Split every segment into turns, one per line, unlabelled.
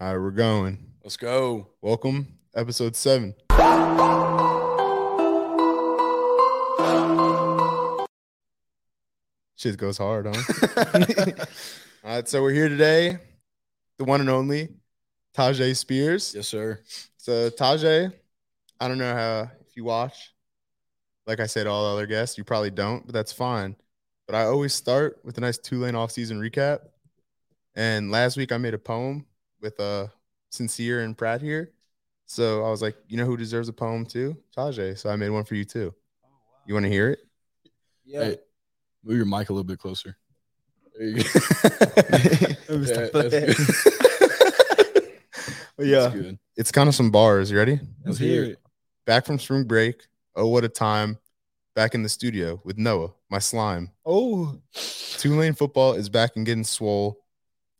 All right, we're going.
Let's go.
Welcome, episode seven. Shit goes hard, huh?
yes,
All right, so we're here today. The one and only Tajay Spears.
sir.
So Tajay, I don't know how if you watch, like I said, all other guests, you probably don't, but that's fine. But I always start with a nice two-lane off-season recap. And last week I made a poem with uh sincere and Pratt here. So I was like, you know who deserves a poem too? Tajay. So I made one for you too. You want to hear it?
Yeah. move your mic a little bit closer. There you go.
Mr.
Yeah, that's good. That's good.
It's kind of some bars. You ready?
Let's
Let's
hear
hear
it.
Back from spring break. Oh, what a time. Back in the studio with Noah, my slime.
Oh,
Tulane football is back and getting swole.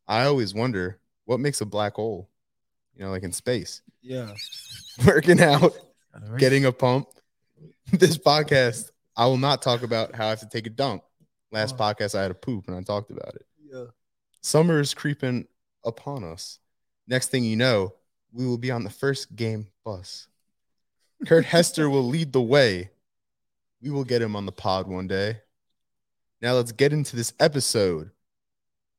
I always wonder what makes a black hole, you know, like in space,
yeah.
working out, getting a pump. This podcast, I will not talk about how I have to take a dump. Last
Oh.
podcast, I had a poop and I talked about it.
Yeah.
Summer is creeping upon us. Next thing you know, we will be on the first game bus. Kurt Hester will lead the way. We will get him on the pod one day. Now let's get into this episode.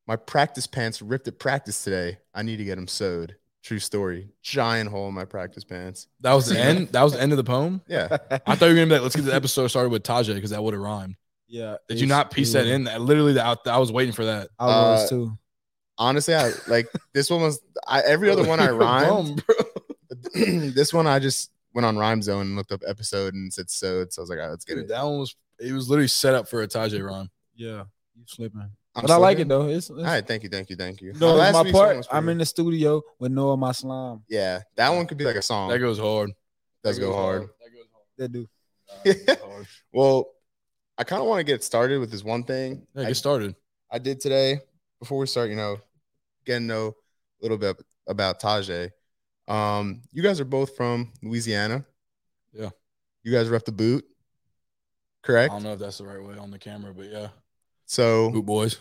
My practice pants ripped at practice today. I need to get them sewed. True story. Giant hole in my practice pants.
That was the end. That was the end of the poem.
Yeah.
I thought you were gonna be like, let's get the episode started with Tajay because that would have rhymed.
yeah.
Did you not piece that in? That literally, that I, I was waiting for that.
I
Uh,
was too.
Honestly, I like this one was I, every other one I rhymed.
Bum, bro.
this one I just went on Rhyme Zone and looked up episode and said sewed. So I was like, "Oh, all right, let's get
Dude,
it.
that one was. It was literally set up for a Tajay rhyme.
Yeah. You slipping.
I'm
but I like
slipping.
it though. It's, it's
All right, thank you, thank you, thank you.
no,
last
it's my
week's one
part.
was
I'm
pretty-
in the studio with Noah my slime.
Yeah, that one could be like a song.
That goes hard.
does
That
go
goes
hard.
That goes hard.
That dude.
That goes hard.
Well, I kind of want to get started with this one thing
Yeah,
I,
get started.
I did today. Before we start, you know, getting to know a little bit about Tajay. Um, you guys are both from Louisiana.
Yeah.
You guys rep the boot,
I
correct?
don't know if that's the right way on the camera, but yeah.
So
Boot boys.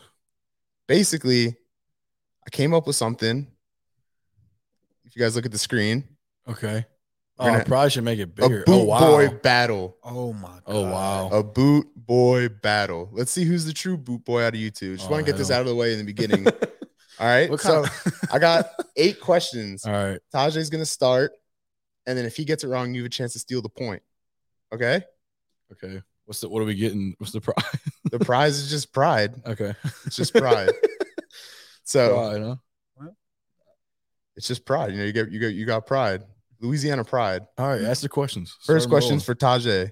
basically, I came up with something. If you guys look at the screen,
Okay.
We're
Oh, I
gonna-
probably should make it bigger.
a boot
Oh wow.
boy battle.
Oh my god.
Oh wow.
A boot boy battle. Let's see who's the true boot boy out of you two. Just
Oh,
want to get this
hell.
out of the way in the beginning. All right. So I got eight questions.
All right.
Tajay's gonna start, and then if he gets it wrong, you have a chance to steal the point. Okay.
Okay. What's the what are we getting? What's the prize?
The prize is just pride.
Okay.
It's just pride. So
Pride, huh?
it's just pride. You know, you get you get you got pride. Louisiana pride.
All right. Ask the questions.
First
Start 'em
questions for Tajay.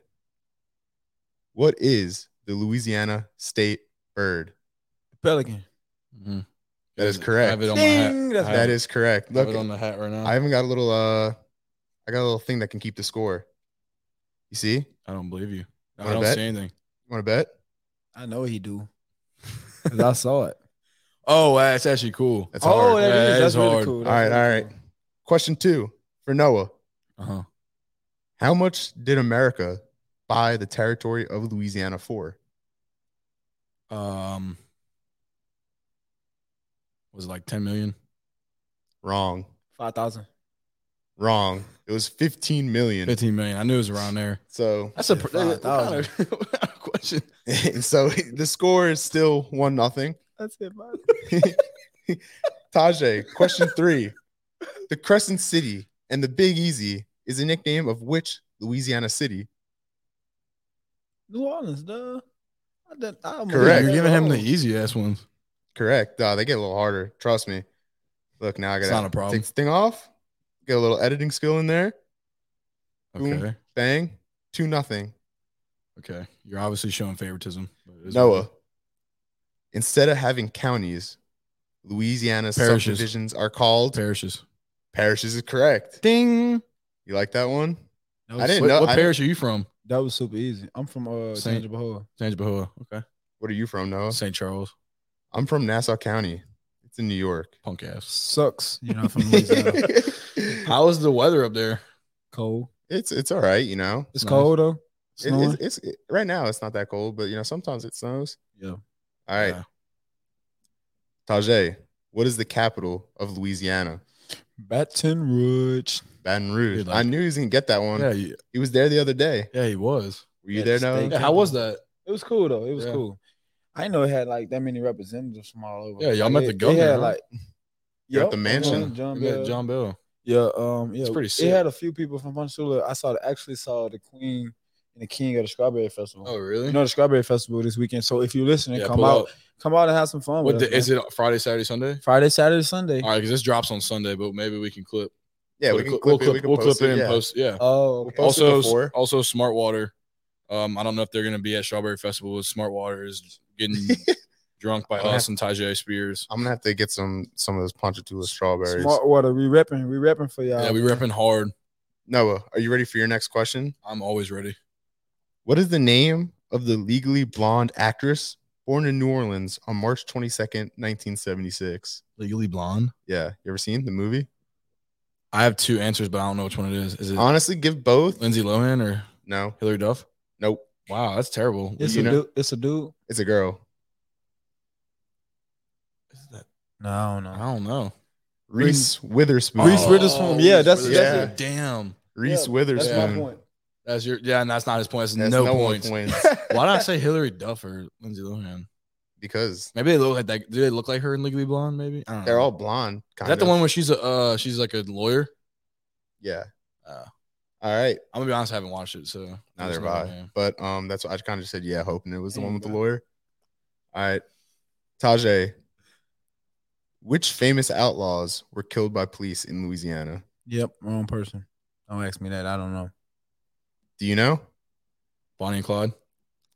What is the Louisiana state bird?
Pelican.
rolling. Mhm.
That is
I
correct.
have it on my hat.
Ding. That's
I
That
it.
is correct.
I have
Look,
it on the hat right now.
I haven't got a little uh I got a little thing that can keep the score. You see? You
I don't believe you. I
Wanna
don't
bet?
see anything.
wanna bet?
I know he do. 'Cause I saw it.
Oh, that's actually cool.
That's
oh,
hard.
Yeah,
that is.
that
That's
is
really
hard.
cool.
All right,
That's really
all right. Question two for Noah.
Uh huh.
How much did America buy the territory of Louisiana for?
Um, was it like ten million?
Wrong.
Five thousand.
Wrong. It was 15 million.
Fifteen million. I knew it was around there.
So
That's a
Yeah,
pr- that- what
5,000.
kind of- what kind of question.
so the score is still one nothing.
That's it, man.
Tajay, question three. The Crescent City and the Big Easy is a nickname of which Louisiana city?
New Orleans, duh. I done, I almost
Correct.
did
You're
that Oh.
giving him the
wrong.
easy ass ones.
Correct. Uh, they get a little harder. Trust me. Look, now I
It's
gotta
not a problem.
take this thing off. Get a little editing skill in there. boom.
Okay.
Bang. Two nothing.
Okay. You're obviously showing favoritism. but it is what it
Noah. Instead of having counties, Louisiana
Parishes.
subdivisions are
is.
called
Parishes.
parishes. Is correct.
Ding.
You like that one?
That
I
was
didn't
What,
know-
what
I didn't-
parish are you from?
That was super easy. I'm from uh
Saint-
Tangible Hall.
Tangipahoa. Okay.
What are you from, Noah?
St. Charles.
I'm from Nassau County. It's in New York.
Punk ass.
Sucks. You're not from Louisiana.
it's
uh, How is the weather up there?
cold.
it's all right, you know.
It's
Nice.
cold though.
It-
Snowing.
it's, it's it- right now it's not that cold, but you know sometimes it snows.
Yeah.
All right,
Yeah.
Tajay, What is the capital of Louisiana?
Baton Rouge.
Baton Rouge.
Dude, like-
I knew he was gonna get that one.
Yeah, he-
He was there the other day.
yeah, he was.
Were you
Yeah,
there?
the
No.
state.
Yeah, how was that?
It was cool though. It was
Yeah.
cool. I didn't know it had like that many representatives from all over.
Yeah, y'all met
Like,
the
it- it
governor,
had,
huh?
like
You're at
Yup,
the
uh-huh,
mansion.
John
We met
Bell.
Oh, John Bell.
Yeah, um, yeah,
pretty
It
sick.
had a few people from Ponchatoula. I saw, the, actually saw the Queen and the King of the Strawberry Festival.
Oh, really?
You know the Strawberry Festival this weekend, so if you're listening,
yeah,
come
pull
out,
up.
come out and have some fun.
What
with
the,
us, man.
is it? Friday, Saturday, Sunday?
Friday, Saturday, Sunday.
All right, because this drops on Sunday, but maybe we can clip.
Yeah, we
We'll
can
cl-
clip,
we'll
it. We can
we'll
post
clip it
it.
and
yeah.
post. Yeah.
Oh,
We'll
okay.
post it
also,
before.
also Smart Water. Um, I don't know if they're gonna be at Strawberry Festival. But Smart Water is getting drunk by
Yeah.
us and Tajay Spears.
I'm gonna have to get some some of those Ponchatoula strawberries.
smart water. We repping, we repping for y'all.
Yeah, we
man.
repping hard.
Noah, are you ready for your next question?
I'm always ready.
What is the name of the legally blonde actress born in New Orleans on March 22nd, 1976?
Legally Blonde.
Yeah, you ever seen the movie?
I have two answers, but I don't know which one it is. Is it
Honestly, give both.
Lindsay Lohan or
No,
Hillary Duff?
nope,
Wow, that's terrible.
It's
You
a
know-
dude. It's a dude.
it's a girl.
No, I don't know.
I don't know. Oh,
Reese Witherspoon.
Reese Witherspoon. Yeah, that's-
that's it.
Witherspoon. damn.
Reese
Oh. Yeah,
Witherspoon.
That's my point.
That's your yeah, and that's not his point. That's
That's
no,
one
points.
point.
Why did I say Hillary Duff or Lindsay Lohan?
because
Maybe they look like that. Do they look like her in Legally Blonde? Maybe I don't
they're
know.
all blonde.
Is
Kind
that the
of.
one where she's a uh, she's like a lawyer?
Yeah.
Uh,
All right.
I'm gonna be honest, I haven't watched it, so
Neither
there's
have
no
I.
idea.
But um, that's what I kind of just said. Yeah, hoping it was the one with the
Dang,
lawyer. All right, Tajay. Which famous outlaws were killed by police in Louisiana?
Yep, wrong person. Don't ask me that. I don't know.
Do you know?
Bonnie and Clyde.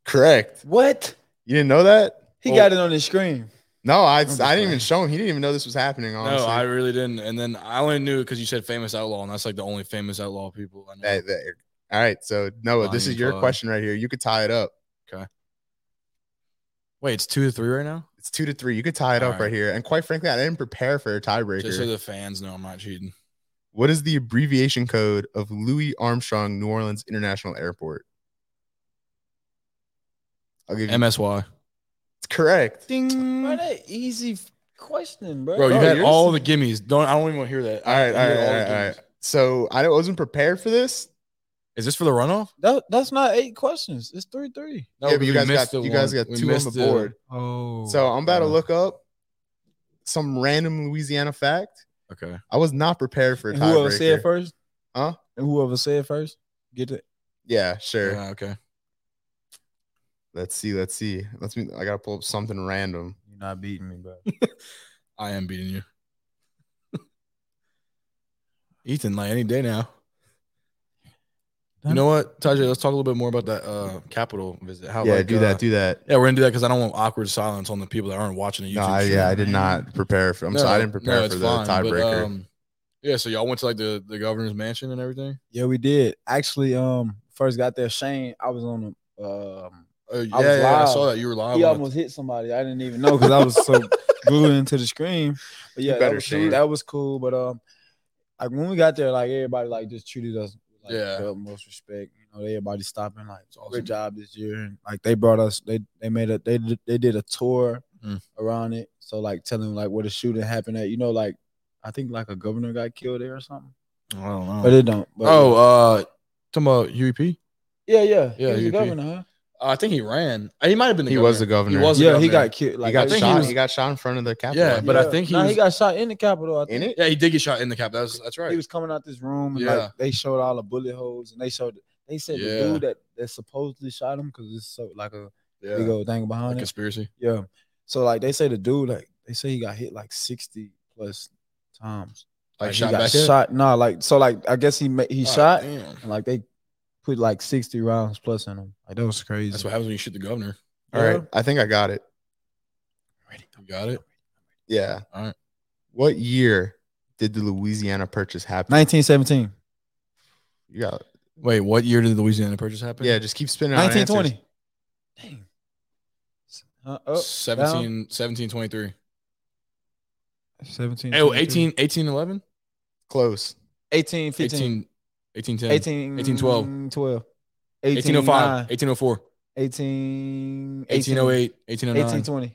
Correct.
What?
You didn't know that?
He
Well,
got it on his screen.
No, I, I
just
didn't even
saying.
show him. He didn't even know this was happening. Honestly,
No, I really didn't. And then I only knew because you said famous outlaw, and that's like the only famous outlaw people I know.
That- that- all right, so Noah, this
Bonnie
is
and
your
Clyde.
question right here. You could tie it up.
Wait, it's two to three right now.
It's two to three. You could tie it
All
up right.
right.
here. And quite frankly, I didn't prepare for a tiebreaker.
Just so the fans know I'm not cheating.
what is the abbreviation code of Louis Armstrong New Orleans International Airport? I'll give you
MSY.
It's correct.
Ding.
Bro,
Bro,
that easy question, bro.
you
Oh,
had
yours-
all the gimmies. Don't I don't even want to hear that.
All right,
You
all
had
right, all
the
right, all
gimmies.
right. So I wasn't prepared for this.
Is this for the runoff?
That- that's not eight questions. It's three three.
No,
yeah, but
we
you guys
missed
got
the
you guys
one.
got
We
two on
missed
the board.
Oh,
So I'm about to
wow.
look up some random Louisiana fact.
Okay.
I was not prepared for a
and whoever said
tiebreaker.
first,
Huh?
And whoever said first, get it.
Yeah, sure.
Yeah, okay.
Let's see. Let's see. Let's me. I gotta pull up something random.
You're not beating me, bro.
I am beating you. Ethan, like any day now. You know what, Tajay? Let's talk a little bit more about that uh Capitol visit. How
yeah,
like,
do
uh,
that. Do that.
Yeah, we're gonna do that because I don't want awkward silence on the people that aren't watching the YouTube.
No, I,
stream.
yeah, I did not prepare for. I'm sorry, I didn't prepare
no,
for
it's
the
fine, but,
tiebreaker.
um, yeah, so y'all went to like the, the governor's mansion and everything.
Yeah, we did. Actually, um, first got there, Shane. I was on a um
Oh yeah,
was
yeah, I
live.
saw that you were live.
he
on it.
almost hit somebody. I didn't even know because I was so glued into the screen. But
You
yeah,
better,
that was,
Shane.
cool. that was cool. But um, like when we got there, like everybody like just treated us with, like,
Yeah.
the utmost respect. You know, everybody stopping like
It's awesome.
great job this year, and like they brought us. They they made a they did- they did a tour
Mm.
around it. So like telling like where the shooting happened at. You know, like I think like a governor got killed there or something.
I don't know.
But it don't. But,
oh, uh, talking about UEP.
yeah, yeah,
yeah,
He was the
UP.
governor, huh?
Uh, I think he ran. Uh, He might have been. The
he
governor.
was the governor.
He was the
yeah, he
governor.
got killed.
He
Like
got
I think
shot. He,
was-
got shot in front of the Capitol.
Yeah, but I
yeah.
think he
Nah,
was-
got shot in the Capitol. I think.
in it.
Yeah, he did get shot in the cap. That's that's right.
He was coming out this room and
Yeah.
like they showed all the bullet holes and they showed they said
Yeah.
the dude that, that supposedly shot him because it's so like a
yeah.
big old thing
A
behind it.
conspiracy.
Yeah. So like they say the dude like they say he got hit like sixty plus times.
Like,
he
shot
got
back at?
shot. Nah, like so like I guess he ma- he
Ah,
shot
damn.
and like they put like sixty rounds plus in him. Like that was crazy.
That's what happens when you shoot the governor.
All right, I think I got it.
You got it.
Yeah.
All right.
What year did the Louisiana Purchase happen?
Nineteen seventeen.
You got it.
Wait, what year did the Louisiana Purchase happen?
Yeah, just keep spinning. on
Nineteen
answers.
twenty. Dang. Uh,
Oh,
up,
17, 1723.
seventeen.
Oh,
18,
18, 1811?
Close.
18, 15.
18, 1810.
18,
1812.
12,
1805,
1805,
1804,
18,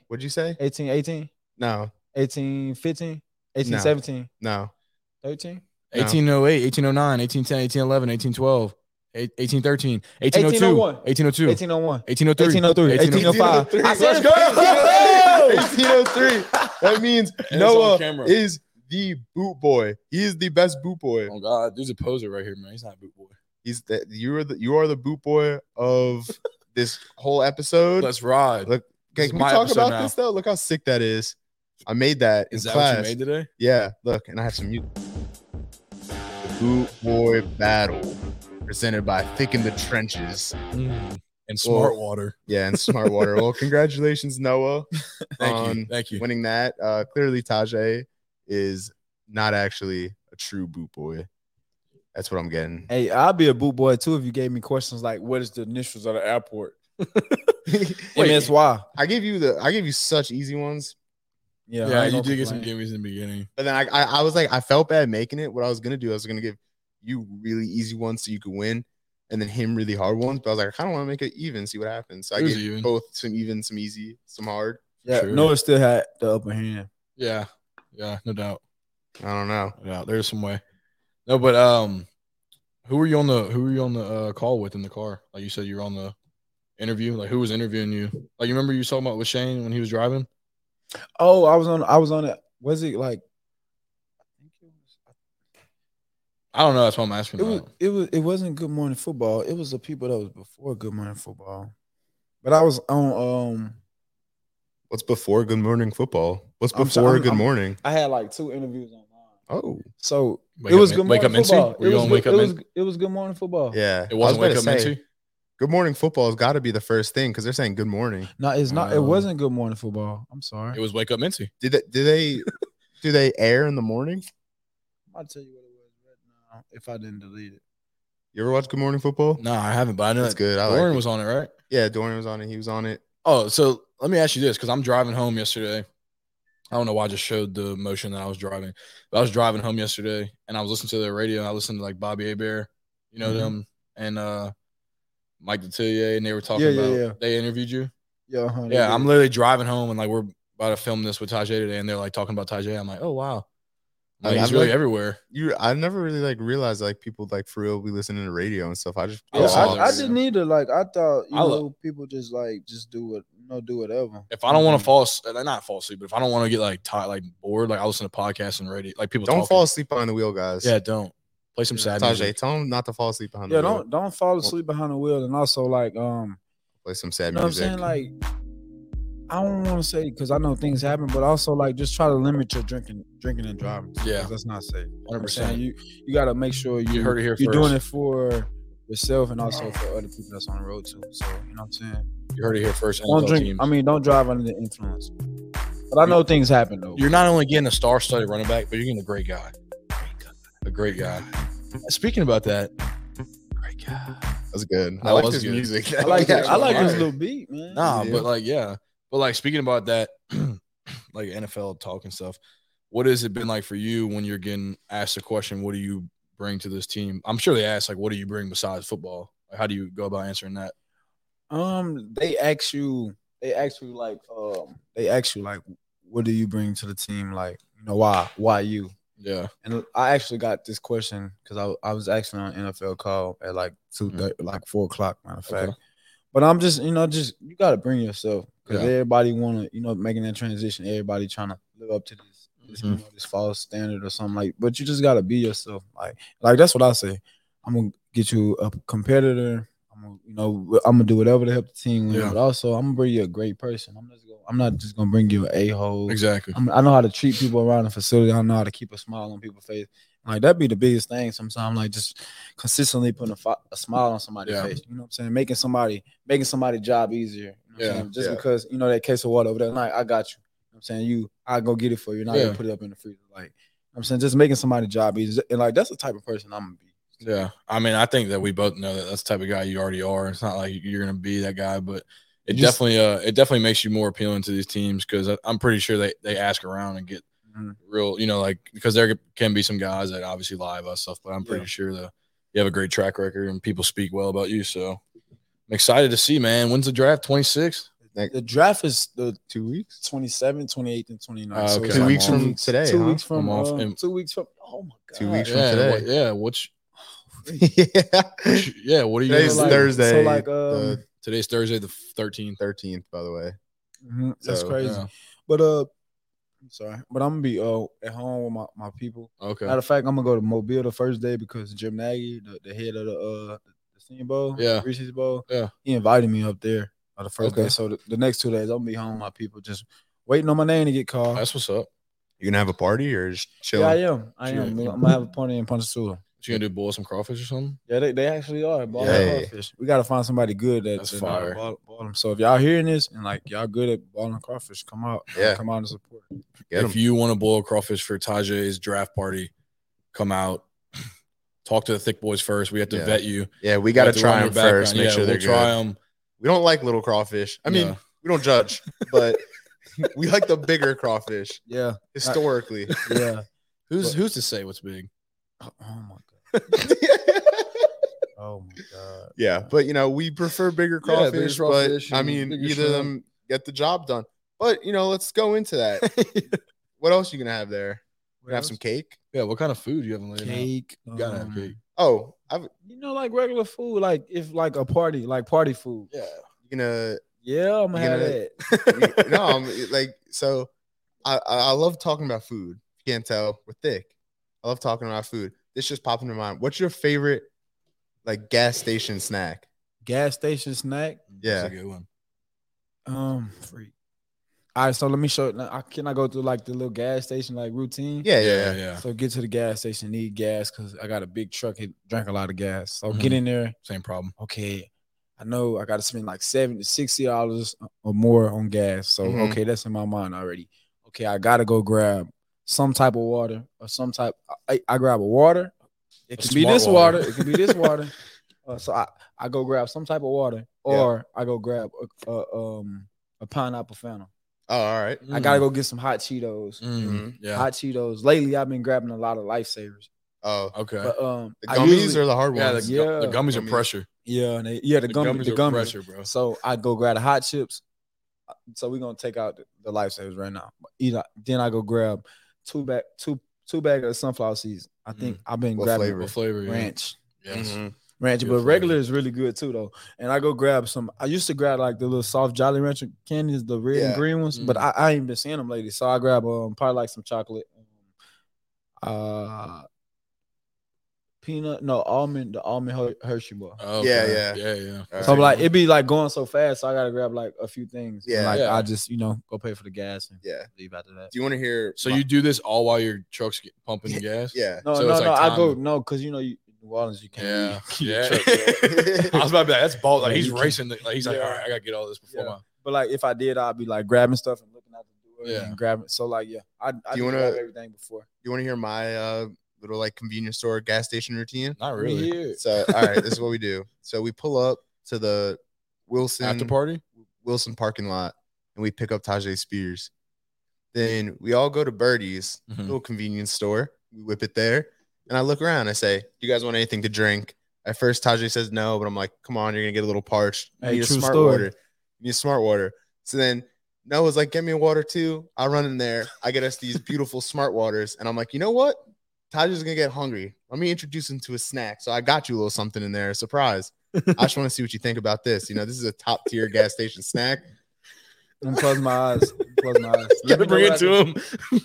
1808, 1809.
1808, 1820,
What'd you say?
1818,
No.
18, 15, 18,
No.
17,
No.
13,
No.
1808, 1809, 1810, 1811, 1813, 1802, 1802,
1801,
1803,
1803, 1805. I said go.
1803. That means
And it's on
Noah
camera.
is the boot boy. He is the best boot boy.
Oh God, dude's a poser right here, man. He's not a boot boy.
He's the you are the you are the boot boy of this whole episode.
Let's ride.
Look, Okay,
this is
can we
my
talk
episode
about
now.
this though? Look how sick that is. I made that in
Is that
class.
what you made today?
Yeah, look, and I have some music. The boot boy battle presented by Thick in the Trenches.
Mm-hmm.
And
Well,
smart water.
Yeah, and Smart Water. well, congratulations, Noah.
Thank you.
um,
Thank you.
winning that. Uh, clearly, Tajay is not actually a true boot boy. That's what I'm getting.
Hey, I'll be a boot boy too if you gave me questions like, "What is the initials of the airport?" MSY.
I gave you the I gave you such easy ones,
Yeah,
yeah,
I ain't
you
gonna
did get some
complain.
gimmies in the beginning.
but then I, I I was like I felt bad making it. What I was gonna do, I was gonna give you really easy ones so you could win, and then him really hard ones. But I was like I kind of want to make it even, see what happens. So I
It was
gave
even.
both some even, some easy, some hard.
Yeah,
Sure.
Noah still had the upper hand.
Yeah. Yeah. No doubt.
I don't know.
No doubt. There's some way. No, but um, who were you on the who were you on the uh, call with in the car? Like you said, you were on the interview. Like who was interviewing you? Like you remember you was talking about with Shane when he was driving?
Oh, I was on. I was on it. Was it like?
I don't know. That's what I'm asking. Uh,
It was.
about.
It was. It wasn't Good Morning Football. It was the people that was before Good Morning Football. But I was on. Um,
What's before Good Morning Football? What's
I'm so-
before
I'm-
Good
I'm-
Morning?
I had like two interviews online.
Oh
So
Wake
it
Up
was
Min-
Good
Wake
Morning
Up Mincy?
Football.
Were you
it was,
on Wake
it
Up
was-
Mincy?
it was Good Morning Football.
yeah,
It
I was
wasn't Wake
about
Up
to say,
Mincy.
Good Morning Football has got to be the first thing because they're saying Good Morning.
No, it's not. it
Oh.
wasn't Good Morning Football. I'm sorry.
It was Wake Up Mincy.
Did they, do they do they air in the morning?
I'll tell you what it was right now if I didn't delete it.
You ever watch Good Morning Football?
No, I haven't, but I know
That's
that
good. I
Lauren
like it.
was on it, right?
Yeah, Dorian was on it. He was on it.
Oh, so let me ask you this because I'm driving home yesterday. I don't know why I just showed the motion that I was driving. But I was driving home yesterday and I was listening to the radio. And I listened to like Bobby Bear, you know
Mhm.
them, and uh Mike Detillier, and they were talking
Yeah, yeah,
about
yeah.
they interviewed you.
Yeah, huh, they
Yeah,
did.
I'm literally driving home and like we're about to film this with Tajay today, and they're like talking about Tajay. I'm like, oh wow,
I
like,
mean,
he's
I'm
really
like-
everywhere.
You, I never really like realized like people like for real be listening to radio and stuff. I just
I
Yeah,
was
I,
all
I
over.
didn't either. Like I thought, you
I lo-
know, people just like just do what, you know, do whatever.
If I don't
Mm-hmm.
want to fall, as- uh, not fall asleep, but if I don't want to get like tired, like bored, like I listen to podcasts and radio, like people
don't
talking.
fall asleep behind the wheel, guys.
Yeah, don't play some sad
Tajay,
music.
tell him not to fall asleep behind
yeah,
the wheel.
don't don't fall asleep behind the wheel, and also like, um,
play some sad
you know what I'm
music.
saying, like, I don't want to say because I know things happen, but also like just try to limit your drinking, drinking and driving. 'cause
Yeah.
that's not safe. You know what I'm
100%.
saying? You you gotta make sure you
You heard it here
you're
first.
doing it for yourself and also for other people that's on the road too. So you know what I'm saying?
You heard it here 1st
Don't drink. I mean, don't drive under the influence. But I know things happen though.
you're not only getting a star-studded running back, but you're getting a great guy. A great guy. Speaking about that, great guy.
That's good. I
That
like
was
his
good.
music.
I like
that.
I like
Alright.
this little beat, man.
Nah,
Yeah.
but like, yeah, but like speaking about that, like NFL talk and stuff. What has it been like for you when you're getting asked the question, "What do you bring to this team?" I'm sure they ask like, "What do you bring besides football?" Like, how do you go about answering that?
Um, they ask you, they ask you like, um, they ask you like, what do you bring to the team? Like, you know, why, why you?
Yeah,
And I actually got this question because I, I was actually on NFL call at like two,
Mhm.
like four o'clock, matter of
Okay.
fact. But I'm just, you know, just you gotta bring yourself because
Yeah.
everybody wanna, you know, making that transition. Everybody trying to live up to this, this,
Mm-hmm.
you know, this false standard or something like. But you just gotta be yourself. Like, like that's what I say. I'm gonna get you a competitor. I'm gonna, you know, I'm gonna do whatever to help the team win.
Yeah.
But also, I'm gonna bring you a great person. I'm just gonna, I'm not just gonna bring you an a hole.
exactly.
I'm, I know how to treat people around the facility. I know how to keep a smile on people's face. Like that'd be the biggest thing. Sometimes, like just consistently putting a, fi- a smile on somebody's
Yeah.
face. You know what I'm saying? Making somebody making somebody's job easier. You know what I'm
Yeah,
saying? Just
yeah.
because you know that case of water over there, like I got you. You know what I'm saying you, I go get it for you. Not
Yeah.
gonna put it up in the freezer. Like you know what I'm saying, just making somebody's job easier. And like that's the type of person I'm gonna be.
Yeah. I mean, I think that we both know that that's the type of guy you already are. It's not like you're going to be that guy, but it
You just-
definitely uh it definitely makes you more appealing to these teams cuz I'm pretty sure they they ask around and get
Mm-hmm.
Mhm.
real, you know, like because there can be some guys that obviously lie about stuff, but I'm pretty
Yeah.
sure that you have a great track record and people speak well about you, so I'm excited to see, man. When's the draft? 26?
Like
The draft is the
two weeks?
27th, 28th, and 29th.
Ah, okay.
it's
Two
like
weeks
two
from
weeks-
today,
Two
huh?
weeks from
I'm off
uh,
in-
two weeks from. Oh my god.
Two weeks from
yeah,
today.
what- yeah, which
yeah.
yeah, what are you
Today's
So, like-
Thursday.
So like, um,
the
Today's Thursday the 13th.
thirteenth, by the way.
mhm, that's
So,
crazy.
Yeah.
But uh, I'm sorry, but I'm gonna be uh at home with my, my people.
Okay.
Matter of fact, I'm gonna go to Mobile the first day because Jim Nagy, the, the head of the uh the Senior Bowl,
Yeah.
Reese's Bowl,
Yeah.
he invited me up there on the first
Okay.
day. So the, the next two days, I'm gonna be home with my people, just waiting on my name to get called.
That's what's up.
You gonna have a party or just
yeah, I
chilling?
am. I am.
Chill.
I'm gonna have a party in Ponchatoula.
What you gonna do? Boil some crawfish or something?
Yeah, they, they actually are. Ball
Yay.
crawfish. We gotta find somebody good that,
That's
that know how to
fire.
Ball, ball 'em. So if y'all hearing this and like y'all good at balling crawfish, come out.
Yeah.
come out and support.
Get 'em.
if you want to boil crawfish for Tajay's draft party, come out. Talk to the thick boys first. We have to
Yeah.
vet you.
Yeah, we gotta
Have to
try
run
them
your background.
first. Make
yeah,
sure
we'll
they're
try
good.
them.
We don't like little crawfish. I mean, we don't judge, but we like the bigger crawfish
Yeah,
historically.
yeah.
who's who's to say what's big?
oh my god. Oh my god.
yeah, but you know, we prefer bigger
Yeah, bigger
crawfish.
crawfish
but I
and
mean,
bigger
either of them get the job done. But you know, let's go into that. what else you gonna have there? You gonna have some cake?
Yeah, what kind of food you having laid out?
cake.
You gotta have
um,
cake.
Oh, I've,
You know, like regular food, like if like a party, like party food.
Yeah.
you gonna
Yeah, I'm gonna
You
have
gonna-
that.
no, I'm like so. I I I love talking about food. If you can't tell we're thick. I love talking about food. This just popped into mind. What's your favorite like gas station snack?
Gas station snack.
Yeah.
That's a good one.
Um, free. All right, so let me show. I can I go through like the little gas station like routine?
Yeah,
Yeah,
yeah,
yeah.
yeah.
So get to the gas station, need gas because I got a big truck. It drank a lot of gas. So
Mhm.
get in there.
Same problem.
Okay, I know I got to spend like seven to sixty dollars or more on gas. So
Mm-hmm.
Mhm.
okay, that's in my mind already. Okay, I gotta go grab some type of water or some type. I, I grab a water. It
A
can be
smart
this
water.
water. It can be this water. Uh, so I, I go grab some type of water, or I go grab a, a um a pineapple fountain.
Oh, all right.
I gotta go get some hot Cheetos.
Mm,
Mm-hmm.
Yeah.
Hot Cheetos. Lately, I've been grabbing a lot of lifesavers.
Oh,
Okay.
But um,
the
I
gummies
usually-
are the hard
yeah, the,
ones.
gu-
Yeah.
the gummies are
Gummies.
pressure.
yeah, and they, yeah, the,
The
gummy,
gummies
the
are
gummies.
pressure, bro.
So I go grab the hot chips. So we're gonna take out the, the lifesavers right now. Eat, then I go grab two bag, two two bag of sunflower seeds. I think I've been
What
grabbing
flavor?
Mm. What flavor? yeah.
ranch.
Yes.
Mhm.
Ranch,
Good
but
flavor.
regular is really good too, though. And I go grab some. I used to grab like the little soft Jolly Rancher candies, the red and
Yeah.
green ones, but
Mm.
I, I ain't been seeing them lately. So I grab um probably like some chocolate, um, uh, peanut, no almond, the almond Her- Hershey bar.
Okay.
Yeah, yeah.
Yeah, yeah.
All
So
right.
like it'd be like going so fast, so I gotta grab like a few things. Yeah,
Yeah.
like
Yeah.
I just you know go pay for the gas and
Yeah.
leave after that.
Do you want to hear?
So
my-
you do this all while your truck's get- pumping the gas?
Yeah.
No,
So
no,
it's like
no. I go
timing.
no because you know you, New Orleans you can't.
Yeah.
leave.
Yeah.
Truck,
I was about to be like, that's bald. Like
Yeah,
he's
you can-
racing. the- like he's like,
Yeah.
all right, I gotta get all this before
Yeah.
my.
But like if I did, I'd be like grabbing stuff and looking out the door
Yeah.
and grabbing. So like yeah, I, I just
you wanna-
grab everything before.
you want to hear my uh, little like convenience store gas station routine?
Not
Me
Oh, really.
here.
So all right, this is what we do. So we pull up to the Wilson
After party.
Wilson parking lot and we pick up Tajay Spears. Then we all go to Birdie's
Mhm.
Mm-hmm. little convenience store. We whip it there. And I look around. I say, Do you guys want anything to drink? At first, Tajay says no, but I'm like, Come on, you're going to get a little parched. You
Hey,
need a
true
smart
story.
water. You need a smart water. So then Noah's like, Get me a water too. I run in there. I get us these beautiful smart waters. And I'm like, You know what? Tajay's going to get hungry. Let me introduce him to a snack. So I got you a little something in there. Surprise. I just want to see what you think about this. You know, this is a top tier gas station snack.
I'm closing my eyes. I'm closing my eyes.
Yeah, bring it to
him.
him.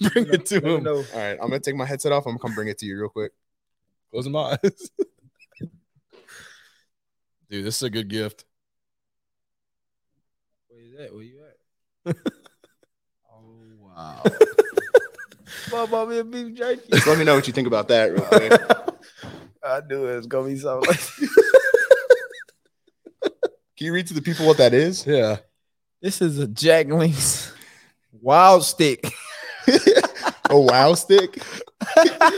bring it to him.
All right, I'm gonna take my headset off. I'm gonna come bring it to you real quick.
Close my eyes. Dude, this is a good gift.
Where you at? Where you at? oh wow. Bubba me a beef jerky.
Just let me know what you think about that real
Oh,
quick.
I knew it was gonna be something like
Can you read to the people what that is?
Yeah.
This is a Jack Links Wild Stick.
A wow stick.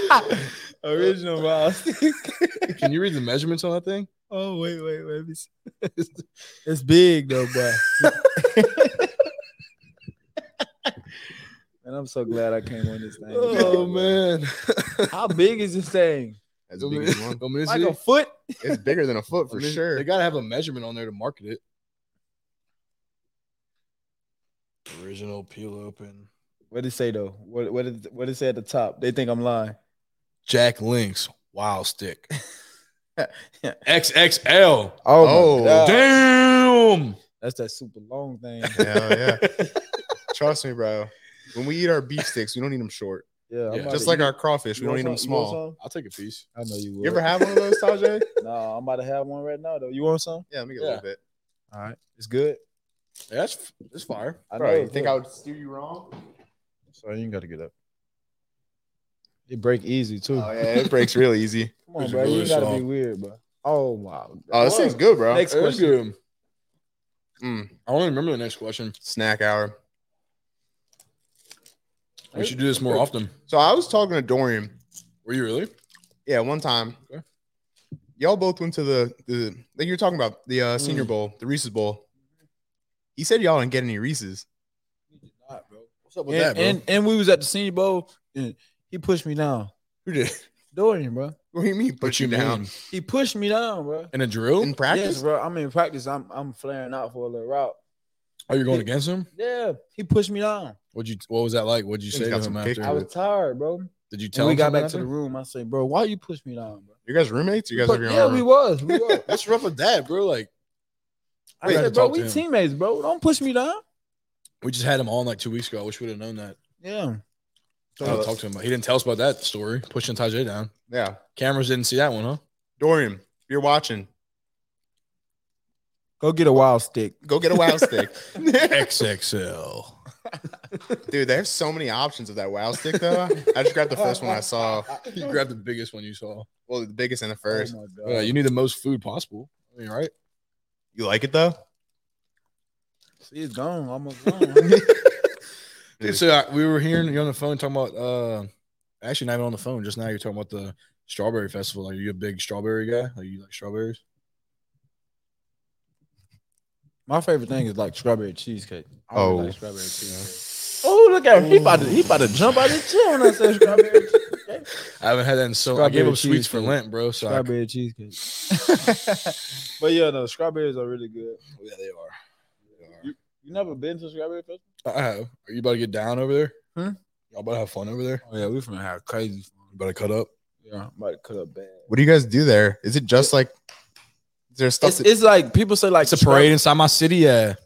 Original Wild Stick.
Can you read the measurements on that thing?
Oh, wait, wait, wait. let me see. It's big though, boy. and I'm so glad I came on this thing.
Oh man.
How big is this thing?
As big as one.
Want me to
Like
see?
a foot?
It's bigger than a foot
I
for
mean,
sure.
They gotta have a measurement on there to market it. Original peel open.
What did it say though? What what did what did it say at the top? They think I'm lying.
Jack Links. Wow stick.
Yeah.
XXL.
Oh,
my God.
Damn.
that's that super long thing.
Hell yeah. Trust me, bro. When we eat our beef sticks, we don't need them short.
Yeah, I'm
Yeah.
about
Just
to-
like
you-
our crawfish,
you
we don't
want
need them
some- you want
small.
some?
I'll take a piece.
I know you would.
You ever have one of those, Tajay?
No, I'm about to have one right now though. You want some?
Yeah, let me get a
Yeah.
little bit.
All right, it's good.
Yeah, that's that's fire.
I
Bro,
know
you
it's
think
good.
I would steer you wrong?
Sorry, you ain't got to get up. It break easy too.
Oh yeah, it breaks real easy.
Come on,
It's
bro. You
really
gotta be
soft.
weird, bro. Oh wow.
Oh, this thing's good, bro.
Next
That's
question.
good.
Mm,
Hmm. I want to remember the next question.
snack hour.
We should do this more often.
So I was talking to Dorian.
Were you really?
Yeah, one time.
Okay.
Y'all both went to the the like you were talking about the uh, Senior
Mm.
Bowl, the Reese's Bowl. He said y'all didn't get any Reese's.
What's up
And, and and we was at the senior bowl and he pushed me down.
Who did?
Dorian, bro.
What do you mean? Put
What
you,
you
down
mean?
He pushed me down, bro.
In a drill?
in practice?
Yes, bro. I'm in practice. I'm I'm flaring out for a little route.
Are you Oh, going against him?
Yeah, he pushed me down.
What you? What was that like? What'd you
He's
say to
got
him
some
after?
kick.
I was tired, bro.
Did you
When
tell
we
him?
got
something
back to the
after?
room, I said, bro, why you push me down, bro?
You guys roommates? You guys have your
yeah,
own
we
room?
was. We was.
That's rough with that, bro. Like
I
Wait,
said,
to
bro,
talk to
we
him.
teammates, bro. Don't push me down.
we just had him on like two weeks ago. I wish we'd have known that.
Yeah.
I would've talked to him. But he didn't tell us about that story. Pushing Tajay down.
Yeah.
Cameras didn't see that one, huh?
Dorian, if you're watching,
Go get a wild stick.
go get a wow stick.
XXL.
Dude, there's so many options of that wow stick though. I just grabbed the first one I saw.
You grabbed the biggest one you saw.
Well, the biggest and the first.
Oh my God.
Yeah, you need the most food possible. I mean, right?
You like it though?
See, it's gone. Almost gone.
Dude, so I, we were hearing you on the phone talking about uh actually not even on the phone, just now you're talking about the strawberry festival. Like, are you a big strawberry guy? Like you like strawberries?
My favorite thing is like strawberry cheesecake. I really
Oh.
like strawberry cheesecake. Oh, look at him. He about to, he about to jump out of chair when I said strawberry cheesecake.
I haven't had that in so I gave
Strawberry
up sweets for
cheesecake.
Lent, bro. So I-
Strawberry cheesecake. but yeah, no, strawberries are really good.
yeah, they are.
You, you never been to strawberry festival?
I have. Are you about to get down over there?
Hmm?
Y'all about to have fun over there?
Oh yeah, we from have crazy
You about to cut up?
Yeah, I'm about to cut up bad.
What do you guys do there? Is it just like is there stuff
It's, it's like people say like
It's a parade inside my city, yeah.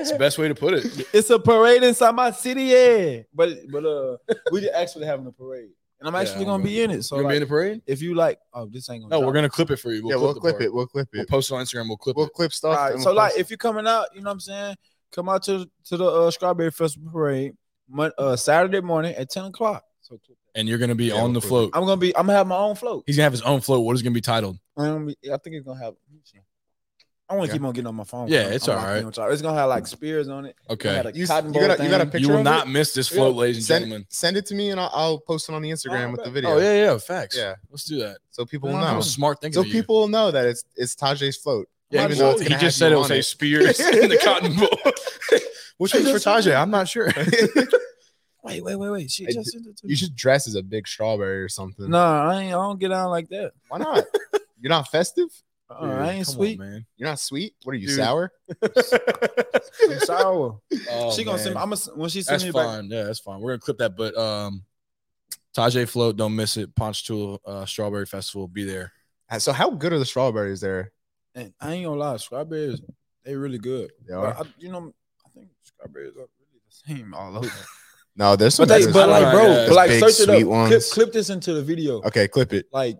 It's the best way to put it.
It's a parade inside my city, yeah. But but uh, we actually having a parade, and I'm
Yeah,
actually
I'm
gonna
gonna-
be in it. So
you gonna
like,
be in the parade?
if you like, oh, this ain't gonna.
No, we're
drop.
gonna clip it for you.
yeah, we'll
the
clip
part.
it. We'll clip
We'll
it.
post it on Instagram. We'll clip
We'll
it.
clip stuff.
All right,
and
so
we'll
like,
post-
if you're coming out, you know what I'm saying, come out to to the uh, Strawberry Festival parade mon- uh, Saturday morning at ten o'clock. So
And you're gonna be
Yeah,
on
we'll
the
clip it.
float.
I'm gonna be. I'm gonna have my own float.
He's gonna have his own float. What is it gonna be titled?
I'm gonna be- I think it's gonna have. I want to
Yeah.
keep on getting on my phone.
Yeah,
bro.
it's
I'm locked
alright.
in with y'all. It's gonna have like spears on it. It's
Okay.
gonna have a
You-
cotton
you
ball
gotta- you gotta
thing.
pic-
You will
picture of
not miss this float, ladies and
send,
gentlemen.
send it to me and I'll, I'll post it on the Instagram
Oh,
with the
bet.
video.
Oh yeah, yeah, facts.
Yeah.
let's do that.
So people will
Yeah.
That
know.
was smart thinking.
So
of you.
people will know that it's it's Tajay's float.
yeah,
even
well,
though it's
he
gonna have
just said
you
it was
on
a
it.
spears in the cotton ball. Which one's for Tajay? I'm not sure.
Wait, wait, wait, wait. She
I
just
d-
sent it to
You
me.
should dress as a big strawberry or something.
Nah, I ain't. I don't get out like that.
Why not? You're not festive.
Uh, I ain't sweet.
man.
You're not sweet. What are you
Dude.
sour?
I'm sour. she gonna send.
send.
Me, I'm gonna when she
Oh, That's
sends me back.
fine. Yeah, that's fine. We're gonna clip that. But um, Tajay float. Don't miss it. Ponchatoula uh, Strawberry Festival. Be there.
So how good are the strawberries there?
And I ain't gonna lie, strawberries they really good.
They
But
are.
I, you know, I think strawberries are really the same all over.
No, there's some.
But they,
better
but like, bro,
Yeah,
strawberries.
but like,
Big,
search it
sweet
up. Clip,
ones.
clip this into the video.
Okay, clip it.
Like,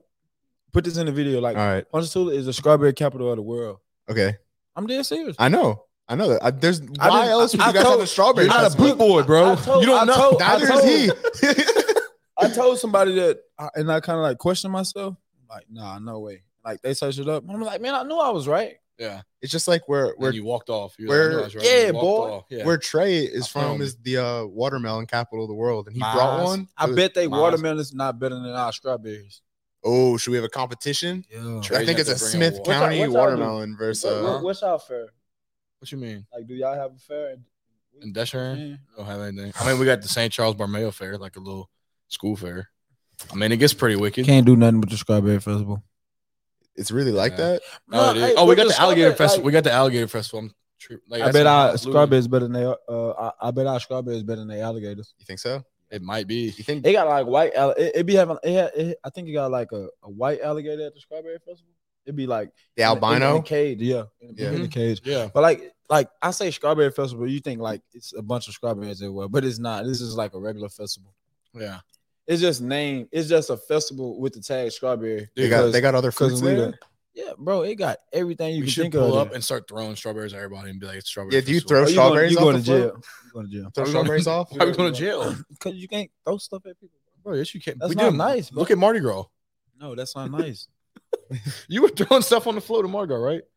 put this in the video.
All
Like,
right.
Ponchatoula is the strawberry capital of the world.
Okay.
I'm dead serious.
I know. I know that. I, there's why
didn't-
else would
I-
you
I
guys
told-
have a strawberry?
You're not a
festival?
boot boy, bro.
I told-
you don't
I
know.
told-
Neither
I told-
is he.
I told somebody that, I- and I kind of like questioned myself. Like, nah, no way. Like, they searched it up. I'm like, man, I knew I was right.
yeah,
it's just like where
where
where
you walked off. You
where-
realized, right?
yeah,
You walked
boy.
off. Yeah.
where Trey is from
Um,
is the uh, watermelon capital of the world, and he
Miles.
brought one.
I bet they
Miles.
watermelons not better than our strawberries.
Oh, should we have a competition?
Yeah.
Trey's
I think
had
it's
to
a
bring a
Smith
wa-
What's our-
County
what's our dude?
watermelon versus. uh,
what, what's our fair?
What you mean?
Like, do y'all have a fair?
In Deshern?
Man,
don't have anything. I mean, we got the St. Charles Barmeo Fair, like a little school fair. I mean, it gets pretty wicked.
Can't do nothing but the strawberry festival.
it's really like
Yeah.
that.
No, it is. oh, we got the alligator festival. we got the alligator festival. I'm True. Like,
I
that's
bet
a-
our
absolutely.
scrub is better than they. Uh, I, I bet our scrub is better than they alligators.
You think so?
It might be.
You think
It got like white. All- It, it be having. It, had- it, I think it got like a, a white alligator at the strawberry festival. It'd be like
the
in the- in the
albino?
cage. Yeah, in the,
Yeah.
in the cage.
Yeah.
But like, like I say, strawberry festival. You think like it's a bunch of strawberries everywhere, but it's not. This is like a regular festival.
Yeah.
It's just named. It's just a festival with the tag strawberry.
They got they got other
because
fruits
we
there.
the yeah, bro. It got everything you
we
can
should
think
pull
of.
up
there.
and start throwing strawberries at everybody and be like, it's strawberry.
Yeah, do you
festival.
throw
Oh, you
strawberries
going,
off
you
the
going
floor?
to jail? You going to jail?
Throw
Are we gonna-
strawberries off?
Why are we going to jail?
Because you can't throw stuff at people,
Bro, yes, you can.
That's
we
not
did.
nice, bro.
Look at Mardi Gras.
No, that's not nice.
You were throwing stuff on the floor to Mardi Gras, right?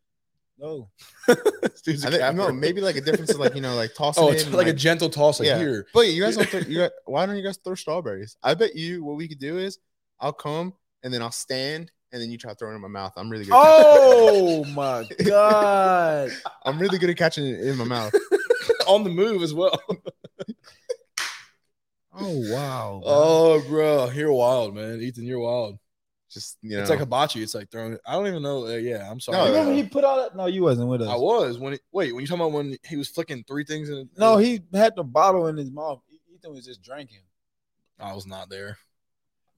No,
This dude's a
I think, no,
capper.
maybe like a difference is like you know like tossing
Oh,
it
it's
and,
like a gentle toss like
Yeah.
here.
But you guys don't. Throw, you guys, why don't you guys throw strawberries? I bet you what we could do is I'll come and then I'll stand and then you try throwing it in my mouth. I'm really good. at catching it.
Oh my god.
I'm really good at catching it in my mouth.
on the move as well.
Oh wow.
Oh, bro, you're wild, man. Ethan, you're wild.
Just you know,
It's like hibachi. It's like throwing. I don't even know. uh, yeah, I'm
No,
sorry.
Remember
yeah.
he put all that? No, you wasn't with us.
I was when. It, wait, when you talking about when he was flicking three things in? a-
No, he had the bottle in his mouth. E-, Ethan was just drinking.
I was not there.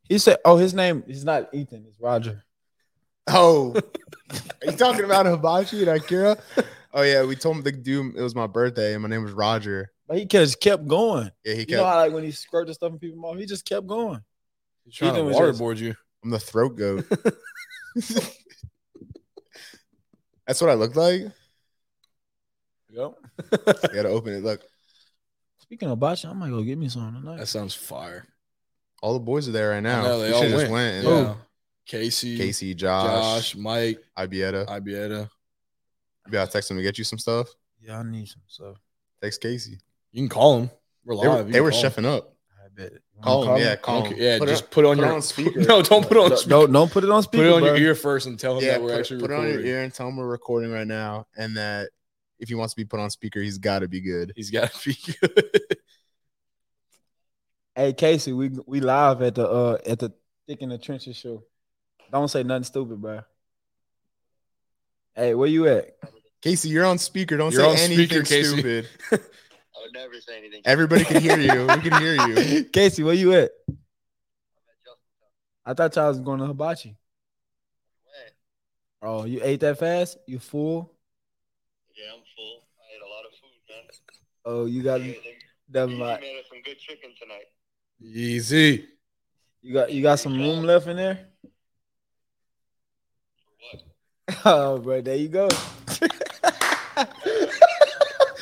He said, "Oh, his name is not Ethan. It's Roger."
oh, are you talking about hibachi and Akira? Oh yeah, we told him to do. It was my birthday and my name was Roger.
But he just kept going.
Yeah, he
You know
kept.
how like when he squirted stuff in people's mouth, he just kept going.
He's trying
Ethan
to
was just-
waterboard you.
I'm the throat goat. That's what I look like.
Yep.
You gotta open it. Look,
Speaking of botch, I might go get me some tonight.
That sounds fire.
all the boys are there right now.
know, they
we
all
should just went.
went. Yeah.
and-
Casey,
Casey, Josh,
Josh, Mike,
Ibieta.
Ibieta.
Yeah, I'll text him to get you some stuff.
yeah, I need some stuff.
Text Casey.
You can call him. We're
They were,
live. You
they
can
were
call him.
chefing up.
I bet. it.
Call
Wanna
him, yeah,
You
call
can-
him.
Yeah,
Put it
just
on-
put it on
put it
your
on speaker.
No, don't put it on.
Don't,
speaker.
don't don't put it on
Put
speaker.
it on your
bro.
ear first and tell him
Yeah,
that Oh, we're
put,
actually
put it on
recording.
your ear and tell him we're recording right now. And that if he wants to be put on speaker, he's got to be good.
He's got to be good.
Hey Casey, we we live at the uh at the Thick in the Trenches show. Don't say nothing stupid, bro. Hey, where you at?
Casey, you're on speaker. Don't
You're on
say
speaker,
anything
Casey.
stupid.
I would never say anything.
Everybody can hear you. We can hear you.
Casey, where you at?
Justin
I thought y'all was going to hibachi.
Way.
Oh, you ate that fast? You fool?
Yeah, I'm full. I ate a lot of food, man.
Oh, you got
Yeah, they-
never
you
mind.
made us some good chicken tonight.
Easy.
You got you got some room left in there?
What?
Oh, bro, there you go.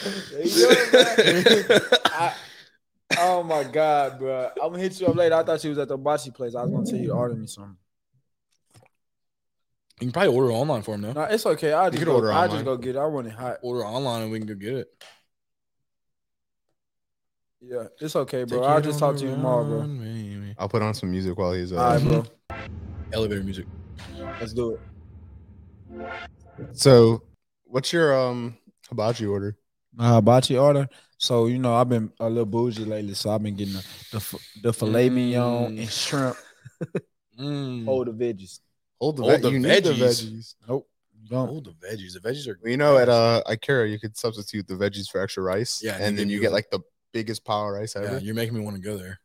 there you go, bro. I, oh my god, bro! I'm gonna hit you up later. I thought she was at the bocce place. I was gonna tell you to order me something.
You can probably order online for him now.
No, it's okay. I
You
just
can
go,
order
I
online.
just go get. It. I want it hot.
Order online and we can go get it.
Yeah, it's okay, bro. I'll just talk to you tomorrow, bro.
bro.
I'll put on some music while he's. Uh,
All right, bro.
Elevator music.
Let's do it.
So, what's your um hibachi order?
Uh, bocce order. So you know I've been a little bougie lately, so I've been getting the the, f- the filet mignon
Mm.
and shrimp.
Mm.
Oh, the veggies.
Hold the,
All
veg-
the
you need the
veggies.
veggies.
Nope. you Don't.
Oh, the veggies. The veggies are.
Well, you know, at uh Ikea, you could substitute the veggies for extra rice.
Yeah, and
and
they
then
give
you
you
get
a-
like the biggest pile of rice
Yeah,
ever.
you're making me want to go there.